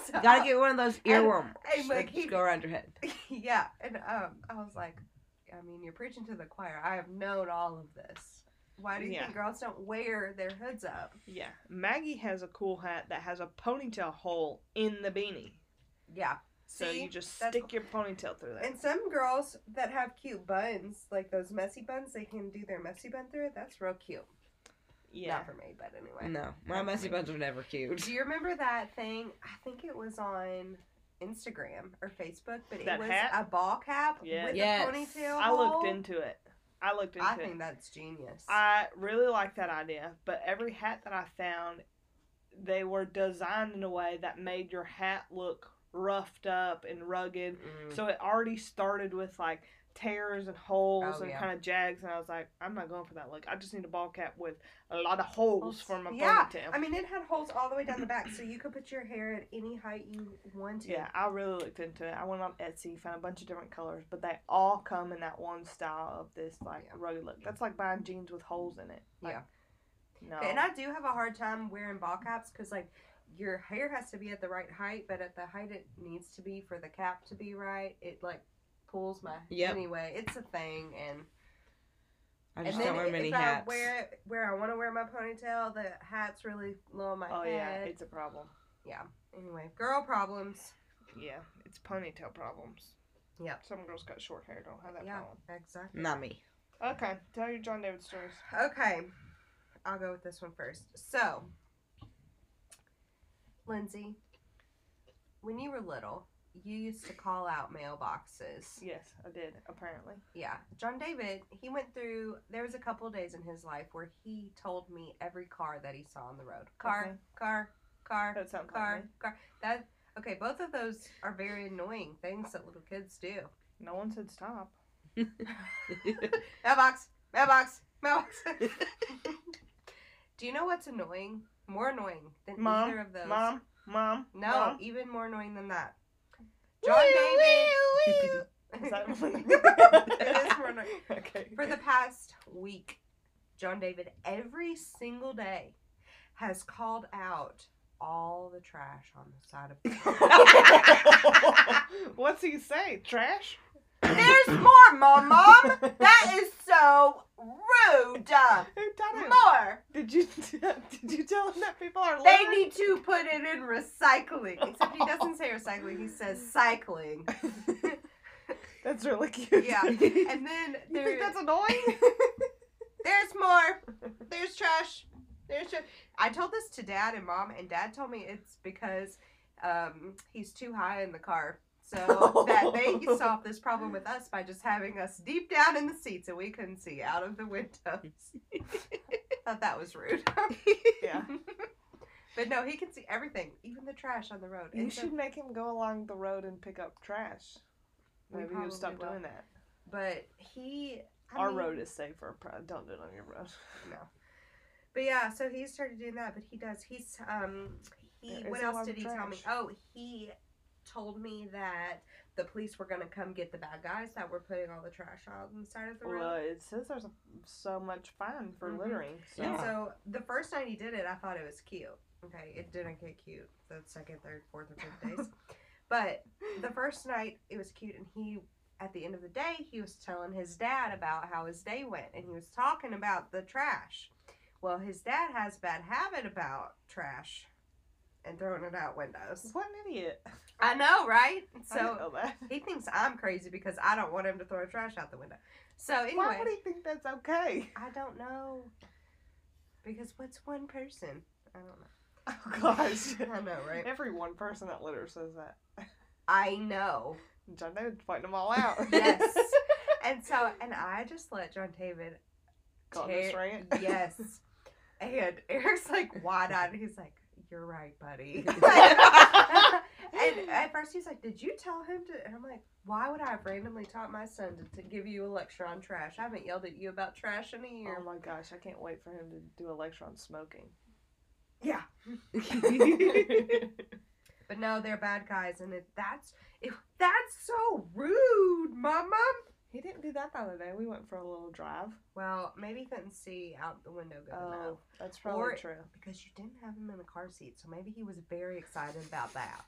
Speaker 2: So,
Speaker 1: Gotta get one of those earworm.
Speaker 2: and, like,
Speaker 1: just
Speaker 2: he-
Speaker 1: go around your head.
Speaker 2: yeah. And um, I was like, I mean, you're preaching to the choir. I have known all of this. Why do you
Speaker 3: Yeah.
Speaker 2: think girls don't wear their hoods up?
Speaker 3: yeah. Maggie has a cool hat that has a ponytail hole in the beanie.
Speaker 2: Yeah.
Speaker 3: So
Speaker 2: See?
Speaker 3: you just
Speaker 2: That's
Speaker 3: stick your ponytail through that.
Speaker 2: And some girls that have cute buns, like those messy buns, they can do their messy bun through. it. That's real cute.
Speaker 3: yeah.
Speaker 2: Not for me, but anyway.
Speaker 1: No, my messy buns are never cute.
Speaker 2: Do you remember that thing? I think it was on Instagram or Facebook, but
Speaker 3: That
Speaker 2: it was
Speaker 3: hat?
Speaker 2: a ball cap
Speaker 3: Yeah.
Speaker 2: with
Speaker 1: Yes.
Speaker 2: a ponytail.
Speaker 3: I looked
Speaker 2: hole.
Speaker 3: into it. I looked into
Speaker 2: I
Speaker 3: it.
Speaker 2: think that's genius.
Speaker 3: I really like that idea, but every hat that I found, they were designed in a way that made your hat look roughed up and rugged.
Speaker 2: Mm.
Speaker 3: So it already started with like tears and holes
Speaker 2: Oh,
Speaker 3: and
Speaker 2: yeah.
Speaker 3: kind of jags, and I was like, I'm not going for that look. I just need a ball cap with a lot of holes
Speaker 2: Holes.
Speaker 3: for my
Speaker 2: Yeah,
Speaker 3: ponytail.
Speaker 2: I mean, it had holes all the way down the back, so you could put your hair at any height you wanted.
Speaker 3: yeah, I really looked into it. I went on Etsy, found a bunch of different colors, but they all come in that one style of this like
Speaker 2: Yeah.
Speaker 3: rugged look. That's like buying jeans with holes in it. Like,
Speaker 2: Yeah.
Speaker 3: No.
Speaker 2: And I do have a hard time wearing ball caps because, like, your hair has to be at the right height, but at the height it needs to be for the cap to be right, it like pulls my.
Speaker 1: Yep.
Speaker 2: Anyway, it's a thing, and
Speaker 1: I
Speaker 2: and
Speaker 1: just
Speaker 2: then
Speaker 1: don't wear
Speaker 2: if
Speaker 1: many
Speaker 2: I
Speaker 1: hats.
Speaker 2: wear it where I want to wear my ponytail, the hat's really low on my
Speaker 3: oh yeah,
Speaker 2: head.
Speaker 3: it's a problem.
Speaker 2: Anyway, girl problems.
Speaker 3: Yeah, it's ponytail problems.
Speaker 2: Yep.
Speaker 3: Some girls got short hair, don't have that
Speaker 2: Yeah,
Speaker 3: problem.
Speaker 2: exactly.
Speaker 1: Not me.
Speaker 3: Okay, tell your John David stories.
Speaker 2: Okay, I'll go with this one first. So, Lindsay, when you were little, you used to call out mailboxes.
Speaker 3: Yes, I did, apparently.
Speaker 2: Yeah, John David, he went through, there was a couple days in his life where he told me every car that he saw on the road car,
Speaker 3: Okay.
Speaker 2: car, car,
Speaker 3: That sounds like
Speaker 2: car,
Speaker 3: me.
Speaker 2: car. That, okay, both of those are very annoying things that little kids do.
Speaker 3: No one said stop.
Speaker 2: Mailbox, mailbox, mailbox. Do you know what's annoying? More annoying than
Speaker 3: Mom,
Speaker 2: either of those.
Speaker 3: Mom, mom,
Speaker 2: No,
Speaker 3: mom.
Speaker 2: even more annoying than that.
Speaker 3: Wee,
Speaker 2: John David.
Speaker 3: Is that
Speaker 2: It is more annoying.
Speaker 3: Okay.
Speaker 2: For the past week, John David every single day has called out all the trash on the side of
Speaker 3: What's he say? Trash?
Speaker 2: There's more, Mom, Mom. That is so rude.
Speaker 3: Who told him?
Speaker 2: More.
Speaker 3: Did you did you tell him that people are
Speaker 2: They
Speaker 3: littering?
Speaker 2: need to put it in recycling. Except he doesn't say recycling, he says cycling.
Speaker 3: That's really cute.
Speaker 2: Yeah.
Speaker 3: you
Speaker 2: And then there,
Speaker 3: think that's annoying?
Speaker 2: there's more. There's trash. There's trash. I told this to dad and mom, and dad told me it's because um, he's too high in the car. So that they solved this problem with us by just having us deep down in the seats and we couldn't see out of the windows. Thought that was rude.
Speaker 3: yeah.
Speaker 2: But no, he can see everything, even the trash on the road.
Speaker 3: You
Speaker 2: It's a-
Speaker 3: should make him go along the road and pick up trash.
Speaker 2: We
Speaker 3: Maybe he'll
Speaker 2: probably
Speaker 3: stop
Speaker 2: will.
Speaker 3: doing that.
Speaker 2: but he I
Speaker 3: Our
Speaker 2: mean,
Speaker 3: road is safer. pro- Don't do it on your road.
Speaker 2: no but yeah so he started doing that but he does he's um he
Speaker 3: There is
Speaker 2: what
Speaker 3: a lot
Speaker 2: else
Speaker 3: of
Speaker 2: did he tell me
Speaker 3: trash.
Speaker 2: oh he told me that the police were gonna come get the bad guys that were putting all the trash out on the side of the road
Speaker 3: Well, it says there's a, so much fine for
Speaker 2: Mhm.
Speaker 3: littering. So.
Speaker 2: And
Speaker 1: Yeah.
Speaker 2: so the first night he did it, I thought it was cute. Okay, it didn't get cute the second, third, fourth, or fifth days. But the first night it was cute, and he, at the end of the day, he was telling his dad about how his day went, and he was talking about the trash. Well, his dad has a bad habit about trash and throwing it out windows.
Speaker 3: What an idiot!
Speaker 2: I know, right?
Speaker 3: I didn't
Speaker 2: So
Speaker 3: know that.
Speaker 2: he thinks I'm crazy because I don't want him to throw trash out the window. So anyway,
Speaker 3: Why would he think that's okay?
Speaker 2: I don't know. Because what's one person? I don't
Speaker 3: Oh gosh!
Speaker 2: know. I know, right?
Speaker 3: Every one person that litters says that.
Speaker 2: I know.
Speaker 3: John David's fighting them all out.
Speaker 2: Yes. and so, and I just let John David.
Speaker 3: Go on this
Speaker 2: tear-
Speaker 3: rant.
Speaker 2: Yes. And Eric's like wide eyed. He's like, "You're right, buddy." and at first he's like, "Did you tell him to?" And I'm like, "Why would I have randomly taught my son to, to give you a lecture on trash? I haven't yelled at you about trash in a year."
Speaker 3: Oh my gosh! I can't wait for him to do a lecture on smoking.
Speaker 2: yeah. But no, they're bad guys, and it, that's it, that's so rude, mama.
Speaker 3: He didn't do that the other day. We went for a little drive.
Speaker 2: Well, maybe he couldn't see out the window good enough
Speaker 3: Oh, that's probably
Speaker 2: Or-
Speaker 3: true.
Speaker 2: because you didn't have him in the car seat, so maybe he was very excited about that.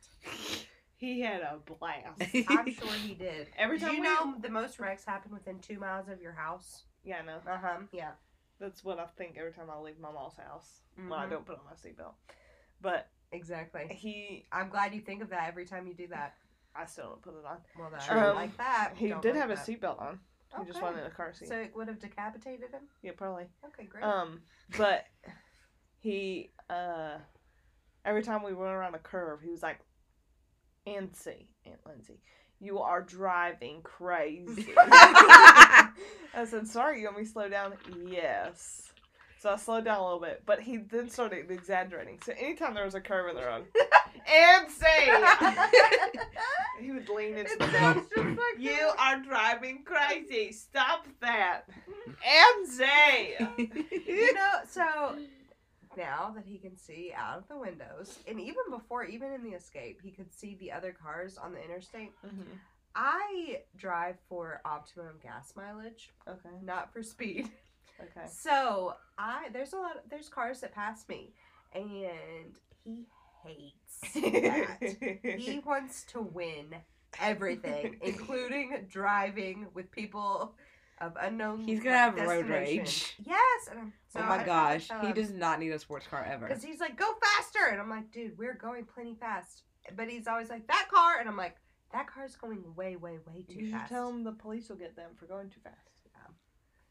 Speaker 3: He had a blast.
Speaker 2: I'm sure he did.
Speaker 3: Every
Speaker 2: Did
Speaker 3: time
Speaker 2: you
Speaker 3: we-
Speaker 2: know the most wrecks happen within two miles of your house?
Speaker 3: Yeah, I know.
Speaker 2: Uh huh. Yeah.
Speaker 3: That's what I think every time I leave my mom's house when I
Speaker 2: Mhm.
Speaker 3: don't put on my seatbelt. But
Speaker 2: Exactly.
Speaker 3: he,
Speaker 2: I'm glad you think of that every time you do that.
Speaker 3: I still don't put it on.
Speaker 2: Well, that
Speaker 3: True.
Speaker 2: I like that.
Speaker 3: He
Speaker 2: don't
Speaker 3: did
Speaker 2: like
Speaker 3: have a
Speaker 2: that.
Speaker 3: seatbelt on. He just
Speaker 2: Okay.
Speaker 3: wasn't in a car seat.
Speaker 2: So it would have decapitated him.
Speaker 3: yeah, probably.
Speaker 2: Okay, great.
Speaker 3: Um, but he, uh, every time we went around a curve, he was like, "Nancy, Aunt Lindsay, you are driving crazy." I said, "Sorry, you want me to slow down?" Yes. So I slowed down a little bit, but he then started exaggerating. So anytime there was a curve in the road, Nancy, he would lean into
Speaker 2: it
Speaker 3: the
Speaker 2: sounds
Speaker 3: road.
Speaker 2: just like
Speaker 3: You are driving crazy. Stop that, Nancy.
Speaker 2: you know, so now that he can see out of the windows, and even before, even in the escape, he could see the other cars on the interstate.
Speaker 3: Mm-hmm.
Speaker 2: I drive for optimum gas mileage,
Speaker 3: Okay.
Speaker 2: not for speed.
Speaker 3: Okay.
Speaker 2: So I there's a lot there's cars that pass me, and he hates that. he wants to win everything, including driving with people of unknown.
Speaker 1: He's gonna have
Speaker 2: like,
Speaker 1: road
Speaker 2: destination.
Speaker 1: rage.
Speaker 2: Yes. And I'm, so
Speaker 1: oh my
Speaker 2: I- um, I
Speaker 1: gosh,
Speaker 2: fell
Speaker 1: he
Speaker 2: out.
Speaker 1: does not need a sports car ever.
Speaker 2: Because he's like, go faster. And I'm like, dude, we're going plenty fast. But he's always like, that car. And I'm like, that car's going way, way, way too
Speaker 3: You should
Speaker 2: fast.
Speaker 3: tell him the police will get them for going too fast.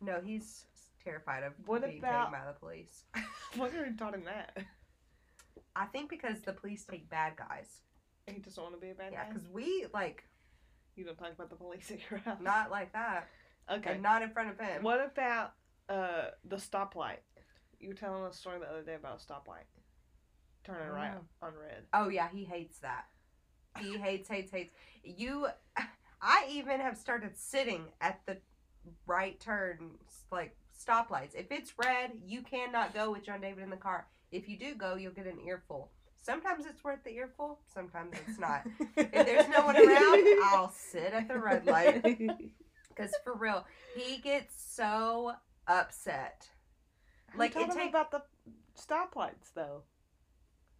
Speaker 2: No, he's terrified of
Speaker 3: What
Speaker 2: being
Speaker 3: about-
Speaker 2: taken by the police.
Speaker 3: Why are you taught him that?
Speaker 2: I think because the police take bad guys.
Speaker 3: He doesn't want to be a bad
Speaker 2: Yeah,
Speaker 3: guy.
Speaker 2: because we, like,
Speaker 3: You don't talk about the police at your house.
Speaker 2: not like that.
Speaker 3: okay.
Speaker 2: And not in front of him.
Speaker 3: What about uh the stoplight? You were telling a story the other day about a stoplight. Turning
Speaker 2: Oh.
Speaker 3: right on red.
Speaker 2: Oh, yeah, he hates that. He hates, hates, hates. You, I even have started sitting at the right turn, like stoplights. If it's red, you cannot go with John David in the car. If you do go, you'll get an earful. Sometimes it's worth the earful, sometimes it's not. if there's no one around, I'll sit at the red light. Because for real, he gets so upset.
Speaker 3: Like
Speaker 2: Like,
Speaker 3: talking
Speaker 2: it take-
Speaker 3: about the stoplights though.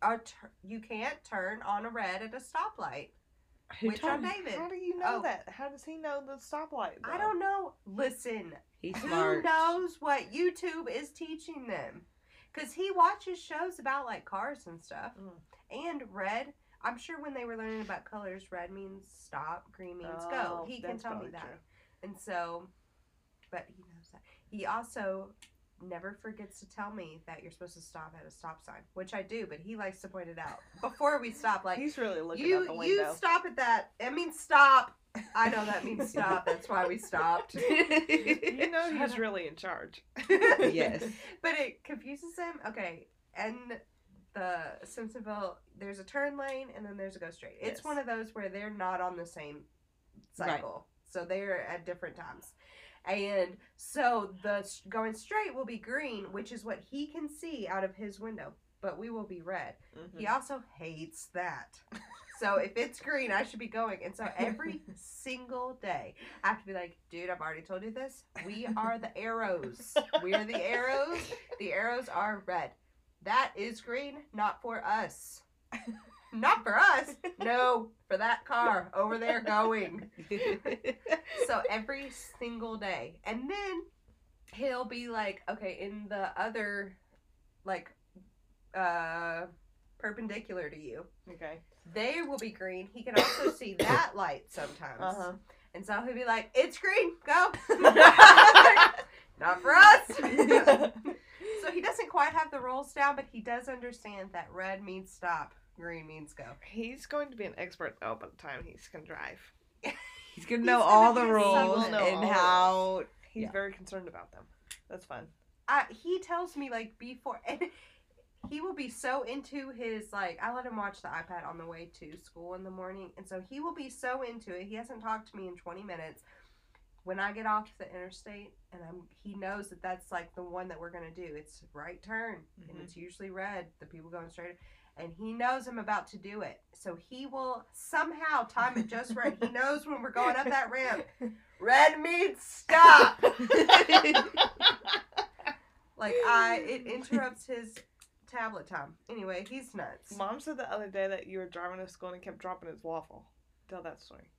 Speaker 2: A tur- you can't turn on a red at a stoplight.
Speaker 1: Who
Speaker 2: Which John
Speaker 1: told him?
Speaker 2: David.
Speaker 3: How do you know
Speaker 2: Oh.
Speaker 3: that? How does he know the stoplight? Though?
Speaker 2: I don't know. Listen,
Speaker 1: He's
Speaker 2: who
Speaker 1: smart.
Speaker 2: knows what YouTube is teaching them? Because he watches shows about like cars and stuff.
Speaker 3: Mm.
Speaker 2: And red, I'm sure when they were learning about colors, red means stop, green means go.
Speaker 3: Oh,
Speaker 2: He can
Speaker 3: that's
Speaker 2: tell me
Speaker 3: probably
Speaker 2: that.
Speaker 3: true.
Speaker 2: And so, but he knows that. He also never forgets to tell me that you're supposed to stop at a stop sign, which I do, but he likes to point it out before we stop. Like,
Speaker 3: He's really looking out
Speaker 2: you,
Speaker 3: the
Speaker 2: you
Speaker 3: window.
Speaker 2: stop at that. I mean, stop. I know that means stop. That's why we stopped.
Speaker 3: You, know he's really in charge.
Speaker 1: yes.
Speaker 2: But it confuses him. Okay, and the Simpsonville, there's a turn lane and then there's a go straight. It's
Speaker 3: Yes.
Speaker 2: one of those where they're not on the same
Speaker 1: Right.
Speaker 2: cycle, so they're at different times. And so the s- going straight will be green, which is what he can see out of his window, but we will be red.
Speaker 3: Mm-hmm.
Speaker 2: He also hates that. So if it's green, I should be going. And so every single day, I have to be like, dude, I've already told you this. We are the arrows. We are the arrows. The arrows are red. That is green, not for us. Not for us. No, for that car over there going so every single day and then he'll be like okay in the other like uh perpendicular to you
Speaker 3: Okay.
Speaker 2: they will be green he can also see that light sometimes
Speaker 3: Uh huh.
Speaker 2: and so he'll be like it's green go not for us so he doesn't quite have the rules down but he does understand that red means stop green means go
Speaker 3: He's going to be an expert though by the time he's can drive.
Speaker 1: He's gonna
Speaker 2: He's
Speaker 1: know
Speaker 2: gonna
Speaker 1: all
Speaker 2: be
Speaker 1: the
Speaker 2: a
Speaker 1: rules
Speaker 3: savant. He will know all
Speaker 1: and
Speaker 3: the
Speaker 1: how.
Speaker 3: He's
Speaker 1: Yeah.
Speaker 3: very concerned about them. That's fun.
Speaker 2: I, he tells me like before and he will be so into his like i let him watch the ipad on the way to school in the morning and so he will be so into it he hasn't talked to me in 20 minutes when i get off the interstate and i'm he knows that that's like the one that we're going to do it's right turn and
Speaker 3: Mhm.
Speaker 2: it's usually red the people going straight and he knows i'm about to do it so he will somehow time it just right he knows when we're going up that ramp red means stop like I, it interrupts his tablet time. Anyway, he's nuts.
Speaker 3: Mom said the other day that you were driving to school and he kept dropping his waffle. Tell that story.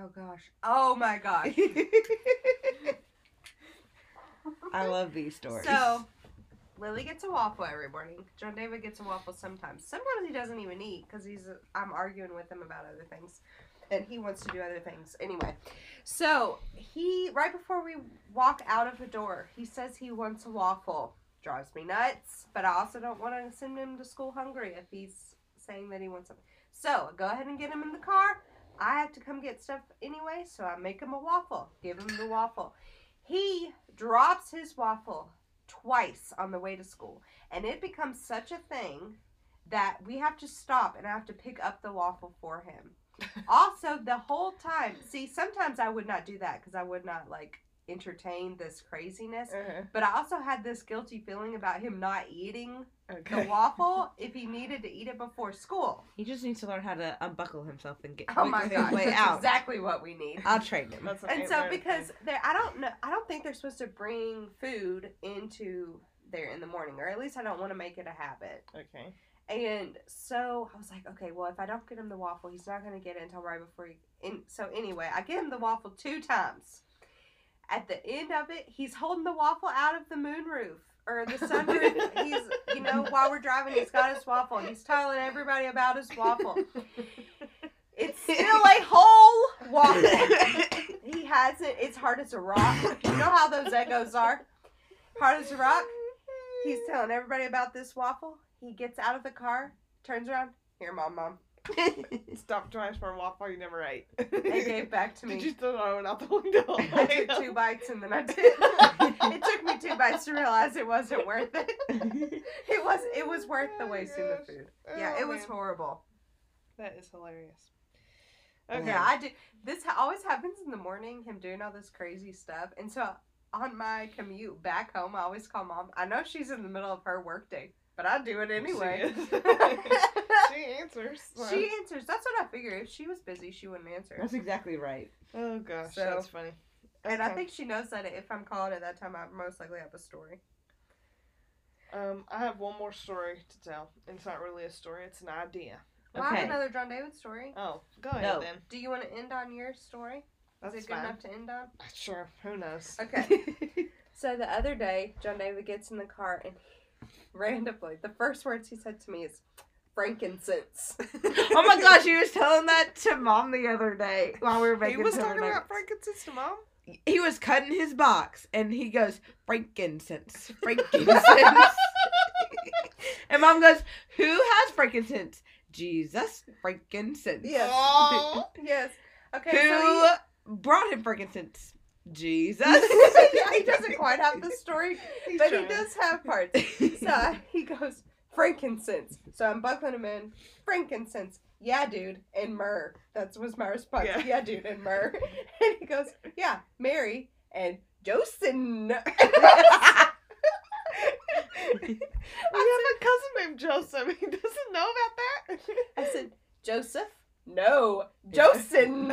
Speaker 2: Oh gosh. Oh my gosh.
Speaker 1: I love these stories.
Speaker 2: So, Lily gets a waffle every morning. John David gets a waffle sometimes. Sometimes he doesn't even eat because he's. I'm arguing with him about other things, and he wants to do other things anyway. So he right before we walk out of the door, he says he wants a waffle. Drives me nuts, but I also don't want to send him to school hungry if he's saying that he wants something. So I go ahead and get him in the car. I have to come get stuff anyway, so I make him a waffle. Give him the waffle. He drops his waffle twice on the way to school, and it becomes such a thing that we have to stop and I have to pick up the waffle for him. also, the whole time, see, sometimes I would not do that because I would not like entertain this craziness.
Speaker 3: Uh-huh.
Speaker 2: But I also had this guilty feeling about him not eating the
Speaker 3: Okay.
Speaker 2: waffle if he needed to eat it before school.
Speaker 1: he just needs to learn how to unbuckle himself and get
Speaker 2: Oh my
Speaker 1: his
Speaker 2: gosh,
Speaker 1: way
Speaker 2: that's
Speaker 1: out.
Speaker 2: exactly what we need.
Speaker 1: I'll train him.
Speaker 3: That's an
Speaker 2: and
Speaker 3: Aunt
Speaker 2: so
Speaker 3: Rhoda
Speaker 2: because
Speaker 3: thing.
Speaker 2: they're i don't know i don't think they're supposed to bring food into there in the morning or at least i don't want to make it a habit
Speaker 3: Okay.
Speaker 2: and so i was like okay well if i don't get him the waffle he's not going to get it until right before he and so anyway i get him the waffle two times At the end of it, he's holding the waffle out of the moonroof or the sunroof. he's, you know, while we're driving, he's got his waffle. He's telling everybody about his waffle. It's still a whole waffle. he has it. It's hard as a rock. You know how those echoes are? Hard as a rock. He's telling everybody about this waffle. He gets out of the car, turns around. Here, mom, mom.
Speaker 3: Stop twice for a waffle you never ate.
Speaker 2: They gave back to me.
Speaker 3: Did you throw that one out the window?
Speaker 2: I took two bites and then I did. it took me two bites to realize it wasn't worth it. It was. It was worth the wasting of food. Yeah,
Speaker 3: Oh,
Speaker 2: it was
Speaker 3: man.
Speaker 2: horrible.
Speaker 3: That is hilarious. Okay.
Speaker 2: Yeah, I do. This ha- always happens in the morning. Him doing all this crazy stuff, and so on my commute back home, I always call mom. I know she's in the middle of her workday, but I do it anyway.
Speaker 3: She, answers. so-
Speaker 2: she answers. That's what I figure. If she was busy, she wouldn't answer.
Speaker 1: That's exactly right.
Speaker 3: Oh gosh,
Speaker 2: So-
Speaker 3: that's funny.
Speaker 2: And I
Speaker 3: Okay.
Speaker 2: think she knows that if I'm calling at that time, I most likely have a story.
Speaker 3: um, I have one more story to tell. It's not really a story; it's an idea.
Speaker 2: Well, I have
Speaker 1: Okay.
Speaker 2: another John David story.
Speaker 3: Oh, go ahead
Speaker 1: No.
Speaker 3: then.
Speaker 2: Do you want to end on your story?
Speaker 3: That's
Speaker 2: Is it good
Speaker 3: fine.
Speaker 2: enough to end on?
Speaker 3: Sure. Who knows?
Speaker 2: Okay.
Speaker 1: Oh
Speaker 2: so the other day, John David gets in the car and randomly, the first words he said to me is frankincense.
Speaker 1: oh my gosh, he was telling that to mom the other day while we were
Speaker 3: he
Speaker 1: making
Speaker 3: was
Speaker 1: dinner
Speaker 3: talking
Speaker 1: nuggets.
Speaker 3: about frankincense to mom.
Speaker 1: He was cutting his box and he goes, Frankincense, frankincense. and mom goes, Who has frankincense? Jesus, frankincense.
Speaker 2: Yes.
Speaker 3: Oh.
Speaker 2: yes. Okay.
Speaker 1: Who
Speaker 2: So
Speaker 1: brought him frankincense? Jesus.
Speaker 2: he, he doesn't quite have the story,
Speaker 3: He's
Speaker 2: but he
Speaker 3: trying.
Speaker 2: does have parts. So I- he goes, frankincense. So I'm buckling him in, frankincense. Yeah, dude, and myrrh. That was my response.
Speaker 3: Yeah.
Speaker 2: Yeah, dude, and myrrh. And he goes, yeah, Mary and Jocelyn.
Speaker 3: We have a cousin named Joseph. He doesn't know about that.
Speaker 2: I said, Joseph? No, Jocelyn.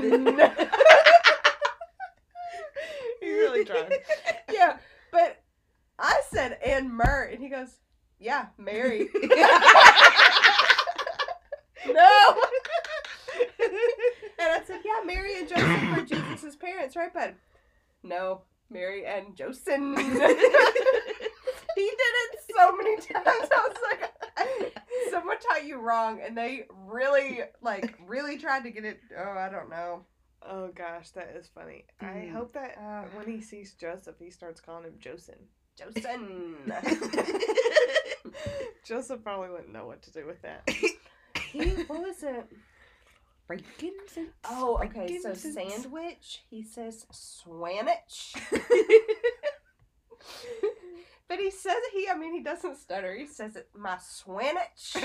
Speaker 3: he really tried.
Speaker 2: yeah, but I said, and myrrh. And he goes, yeah, Mary. no. And I said, yeah, Mary and Joseph were Jesus' parents, right, bud? No, Mary and Joseph. he did it so many times. I was like, someone taught you wrong, and they really, like, really tried to get it. Oh, I don't know.
Speaker 3: Oh gosh, that is funny. I
Speaker 2: Hmm.
Speaker 1: Mm.
Speaker 3: hope that uh, when he sees Joseph, he starts calling him Joseph.
Speaker 2: Joseph.
Speaker 3: Joseph probably wouldn't know what to do with that.
Speaker 2: he, what was it?
Speaker 1: frankincense.
Speaker 2: Oh, okay. So
Speaker 1: frankincense.
Speaker 2: sandwich, he says swanich. but he says it- he. I mean, he doesn't stutter. He says it. My swanich.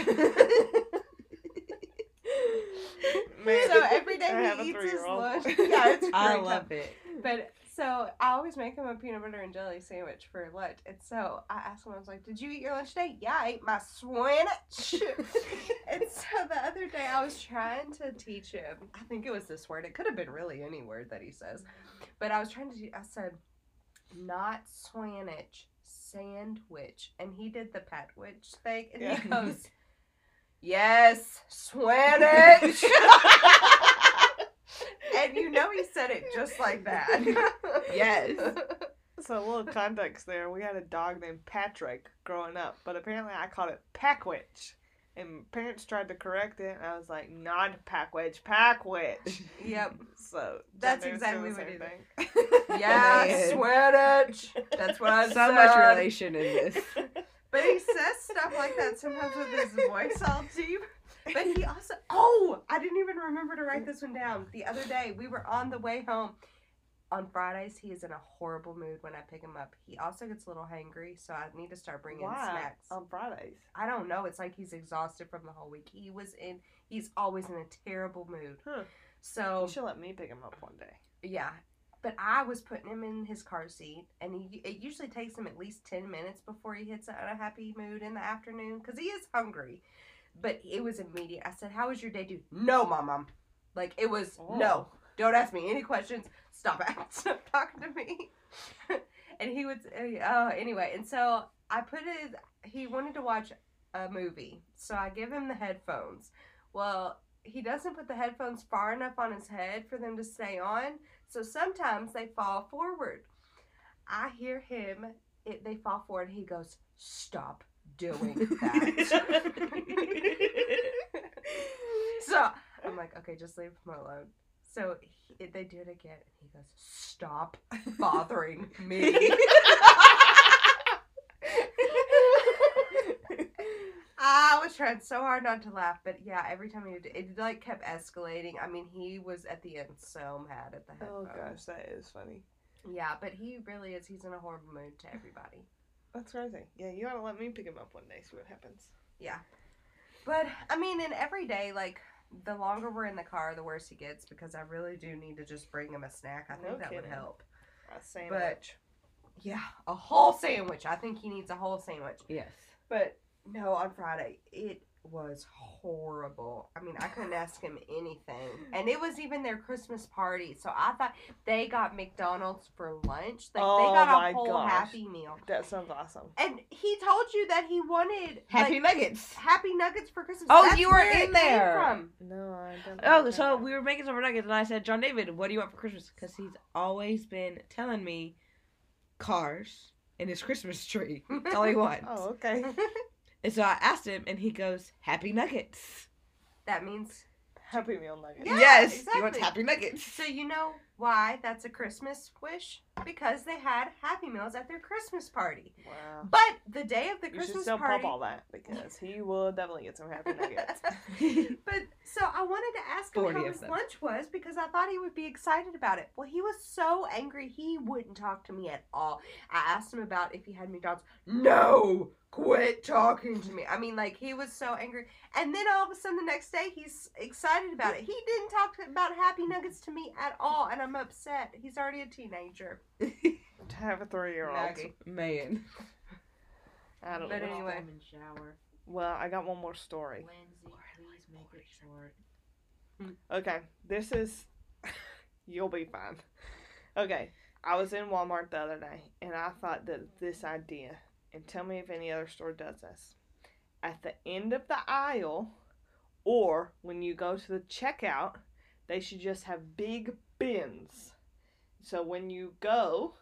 Speaker 3: Man,
Speaker 2: so every
Speaker 3: I
Speaker 2: day
Speaker 3: have a
Speaker 2: he eats his
Speaker 3: three-year-old.
Speaker 2: lunch. Yeah, it's
Speaker 1: I
Speaker 2: great.
Speaker 1: love it.
Speaker 2: But so I always make him a peanut butter and jelly sandwich for lunch. And so I asked him, I was like, Did you eat your lunch today? Yeah, I ate my swanich. and so the other day I was trying to teach him, I think it was this word. It could have been really any word that he says. But I was trying to, te- I said, Not swanich, sandwich. And he did the patwitch thing. And
Speaker 3: Yeah.
Speaker 2: he goes, Yes, swanich. and you know he said it just like that.
Speaker 1: Yes.
Speaker 3: So a little context there. We had a dog named Patrick growing up, but apparently I called it Packwitch. And parents tried to correct it, and I was like, not Packwitch, Packwitch.
Speaker 2: Yep.
Speaker 3: So
Speaker 2: That's
Speaker 3: John Davis
Speaker 2: exactly
Speaker 3: doing
Speaker 2: what
Speaker 3: the same
Speaker 2: he did.
Speaker 3: thing.
Speaker 2: Yeah,
Speaker 1: Man.
Speaker 2: Swanich. That's what I
Speaker 1: So
Speaker 2: said.
Speaker 1: much relation in this.
Speaker 2: But he says stuff like that sometimes with his voice all deep. But he also, oh, I didn't even remember to write this one down. The other day, we were on the way home. On Fridays, he is in a horrible mood when I pick him up. He also gets a little hangry, so I need to start bringing
Speaker 3: Why? Oh.
Speaker 2: snacks.
Speaker 3: On Fridays.
Speaker 2: I don't know. It's like he's exhausted from the whole week. He was in. He's always in a terrible mood.
Speaker 3: Huh.
Speaker 2: So
Speaker 3: You should let me pick him up one day.
Speaker 2: yeah, but I was putting him in his car seat, and he, it usually takes him at least ten minutes before he hits an unhappy mood in the afternoon because he is hungry. But it was immediate. I said, "How was your day, dude?" No, mom, mom. Like it was
Speaker 3: Oh.
Speaker 2: no. Don't ask me any questions. Stop it. Stop talking to me. and he would. Oh, anyway. And so I put it. He wanted to watch a movie, so I give him the headphones. Well, he doesn't put the headphones far enough on his head for them to stay on, so sometimes they fall forward. I hear him. It, they fall forward. He goes, "Stop doing that." so I'm like, "Okay, just leave him alone." So he, they do it again, and he goes, "Stop bothering me." I was trying so hard not to laugh, but yeah, every time he did it, it like kept escalating. I mean, he was at the end so mad at the
Speaker 3: Oh
Speaker 2: headphones.
Speaker 3: gosh, that is funny.
Speaker 2: Yeah, but he really is. He's in a horrible mood to everybody.
Speaker 3: That's crazy. Yeah, you gotta let me pick him up one day, see what happens.
Speaker 2: Yeah. But I mean, in every day, like the longer we're in the car, the worse he gets because I really do need to just bring him a snack. I think
Speaker 3: No
Speaker 2: that would
Speaker 3: kidding.
Speaker 2: help.
Speaker 3: That's saying
Speaker 2: But-
Speaker 3: much.
Speaker 2: Yeah, a whole sandwich. I think he needs a whole sandwich.
Speaker 1: Yes.
Speaker 2: But no, on Friday it was horrible. I mean, I couldn't ask him anything, and it was even their Christmas party. So I thought they got McDonald's for lunch. Like
Speaker 3: Oh
Speaker 2: they got
Speaker 3: my
Speaker 2: a whole
Speaker 3: gosh.
Speaker 2: Happy Meal.
Speaker 3: That sounds awesome.
Speaker 2: And he told you that he wanted
Speaker 1: Happy
Speaker 2: like,
Speaker 1: Nuggets.
Speaker 2: Happy Nuggets for Christmas.
Speaker 1: Oh,
Speaker 2: That's
Speaker 1: you were
Speaker 2: where
Speaker 1: in
Speaker 2: it came
Speaker 1: there.
Speaker 2: from.
Speaker 3: No, I don't.
Speaker 1: Oh, so we were making some nuggets, and I said, John David, what do you want for Christmas? Because he's always been telling me cars and his Christmas tree. That's all he wants.
Speaker 3: Oh, okay.
Speaker 1: And so I asked him, and he goes, Happy Nuggets.
Speaker 2: That means
Speaker 3: Happy meal nuggets.
Speaker 2: Yeah,
Speaker 1: yes, he wants Happy
Speaker 2: exactly.
Speaker 1: Nuggets.
Speaker 2: so you know why that's a Christmas wish because they had Happy Meals at their Christmas party.
Speaker 3: Wow.
Speaker 2: But the day of the
Speaker 3: You should
Speaker 2: Christmas
Speaker 3: still
Speaker 2: party,
Speaker 3: pop all that because he will definitely get some happy nuggets.
Speaker 2: but so I wanted to ask him
Speaker 1: 40
Speaker 2: how
Speaker 1: of
Speaker 2: his
Speaker 1: them.
Speaker 2: lunch was because I thought he would be excited about it. Well, he was so angry he wouldn't talk to me at all. I asked him about if he had McDonald's. No, quit talking to me. I mean, like he was so angry, and then all of a sudden the next day he's excited about it. He didn't talk to, about Happy Nuggets to me at all, and I'm upset. He's already a teenager.
Speaker 3: to have a three-year-old.
Speaker 2: Nugget.
Speaker 1: Man.
Speaker 3: I don't
Speaker 2: But
Speaker 3: know.
Speaker 2: anyway.
Speaker 4: Home and shower.
Speaker 3: Well, I got one more story.
Speaker 4: Lindsay, please make it short.
Speaker 3: Okay, this is. You'll be fine. Okay, I was in Walmart the other day and I thought that this idea, and tell me if any other store does this. At the end of the aisle, or when you go to the checkout, they should just have big bins. So when you go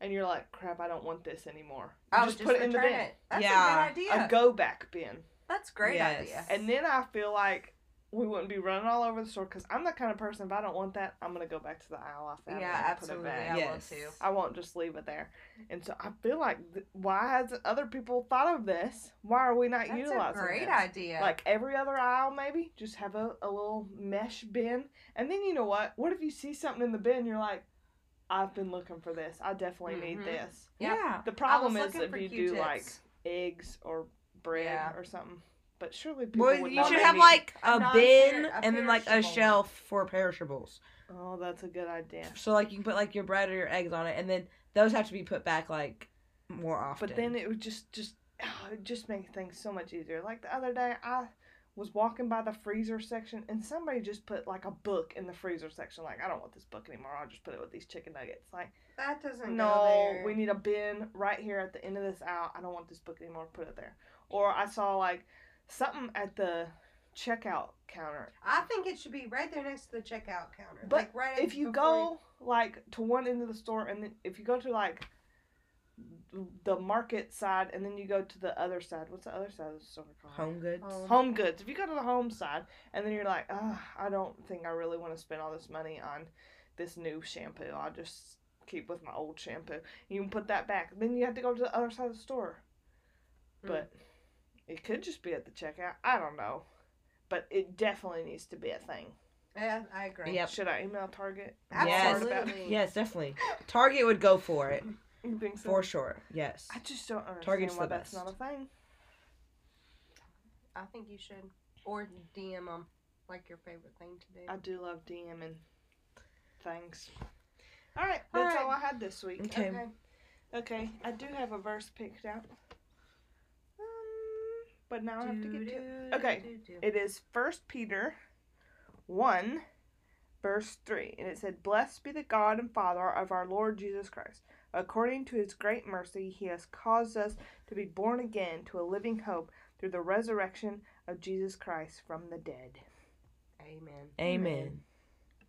Speaker 3: and you're like, crap, I don't want this anymore, you
Speaker 2: Oh,
Speaker 3: just, put it in the
Speaker 2: return
Speaker 3: bin.
Speaker 2: That's
Speaker 1: Yeah.
Speaker 2: a good idea.
Speaker 3: A go back bin.
Speaker 2: That's a great
Speaker 1: Yes.
Speaker 2: idea.
Speaker 3: And then I feel like we wouldn't be running all over the store because I'm the kind of person if I don't want that, I'm gonna go back to the aisle I found it
Speaker 2: yeah,
Speaker 3: and
Speaker 2: absolutely.
Speaker 3: Put it
Speaker 2: I
Speaker 3: back.
Speaker 2: want
Speaker 1: Yes.
Speaker 2: to.
Speaker 3: I won't just leave it there. And so I feel like th- why hasn't other people thought of this? Why are we not
Speaker 2: That's a
Speaker 3: utilizing
Speaker 2: great
Speaker 3: this?
Speaker 2: idea.
Speaker 3: Like every other aisle, maybe just have a, a little mesh bin. And then you know what? What if you see something in the bin? You're like, I've been looking for this. I definitely
Speaker 2: Mhm.
Speaker 3: need this.
Speaker 2: Yep.
Speaker 1: Yeah.
Speaker 2: I
Speaker 3: The
Speaker 2: was
Speaker 3: problem is
Speaker 2: looking
Speaker 3: if
Speaker 2: for
Speaker 3: you do
Speaker 2: Q-tips.
Speaker 3: like eggs or bread
Speaker 2: Yeah.
Speaker 3: or something. But surely people
Speaker 1: Well,
Speaker 3: would
Speaker 1: you
Speaker 3: know
Speaker 1: should
Speaker 3: they
Speaker 1: have
Speaker 3: need-
Speaker 1: like a
Speaker 2: non-per-
Speaker 1: bin
Speaker 2: a
Speaker 1: and then like a
Speaker 2: perishable one.
Speaker 1: shelf for perishables.
Speaker 3: Oh, that's a good idea.
Speaker 1: So like you can put like your bread or your eggs on it, and then those have to be put back like more often.
Speaker 3: But then it would just just oh, it would just make things so much easier. Like the other day, I was walking by the freezer section and somebody just put like a book in the freezer section. Like I don't want this book anymore. I'll just put it with these chicken nuggets. Like
Speaker 2: that doesn't go
Speaker 3: no,
Speaker 2: there.
Speaker 3: we need a bin right here at the end of this aisle. I don't want this book anymore. Put it there. Or I saw like something at the checkout counter.
Speaker 2: I think it should be right there next to the checkout counter.
Speaker 3: But
Speaker 2: like right
Speaker 3: if you
Speaker 2: before
Speaker 3: go like to one end of the store and then if you go to like the market side and then you go to the other side what's the other side of the store called
Speaker 1: home goods.
Speaker 2: Home.
Speaker 3: Home goods if you go to the home side and then you're like Ugh, i don't think i really want to spend all this money on this new shampoo i'll just keep with my old shampoo you can put that back then you have to go to the other side of the store
Speaker 1: Hmm.
Speaker 2: Mm.
Speaker 3: but it could just be at the checkout i don't know but it definitely needs to be a thing
Speaker 2: Yeah, I agree.
Speaker 1: Yep.
Speaker 3: should i email target
Speaker 1: Yes.
Speaker 2: Absolutely.
Speaker 1: Yes, definitely. Target would go for it
Speaker 3: you think so
Speaker 1: for sure. Yes.
Speaker 3: I just don't understand
Speaker 1: Target's
Speaker 3: why
Speaker 1: the
Speaker 3: that's not a
Speaker 1: best.
Speaker 3: thing.
Speaker 2: I think you should or DM them like your favorite thing to do.
Speaker 3: I do love DMing things. All right, that's
Speaker 2: right.
Speaker 3: all I had this week.
Speaker 1: Okay.
Speaker 2: okay.
Speaker 3: Okay, I do have a verse picked out, um, but now I have to get to it. Okay. It is First Peter, one, verse three, and it said, "Blessed be the God and Father of our Lord Jesus Christ. According to His great mercy, He has caused us to be born again to a living hope through the resurrection of Jesus Christ from the dead."
Speaker 2: Amen.
Speaker 1: Amen.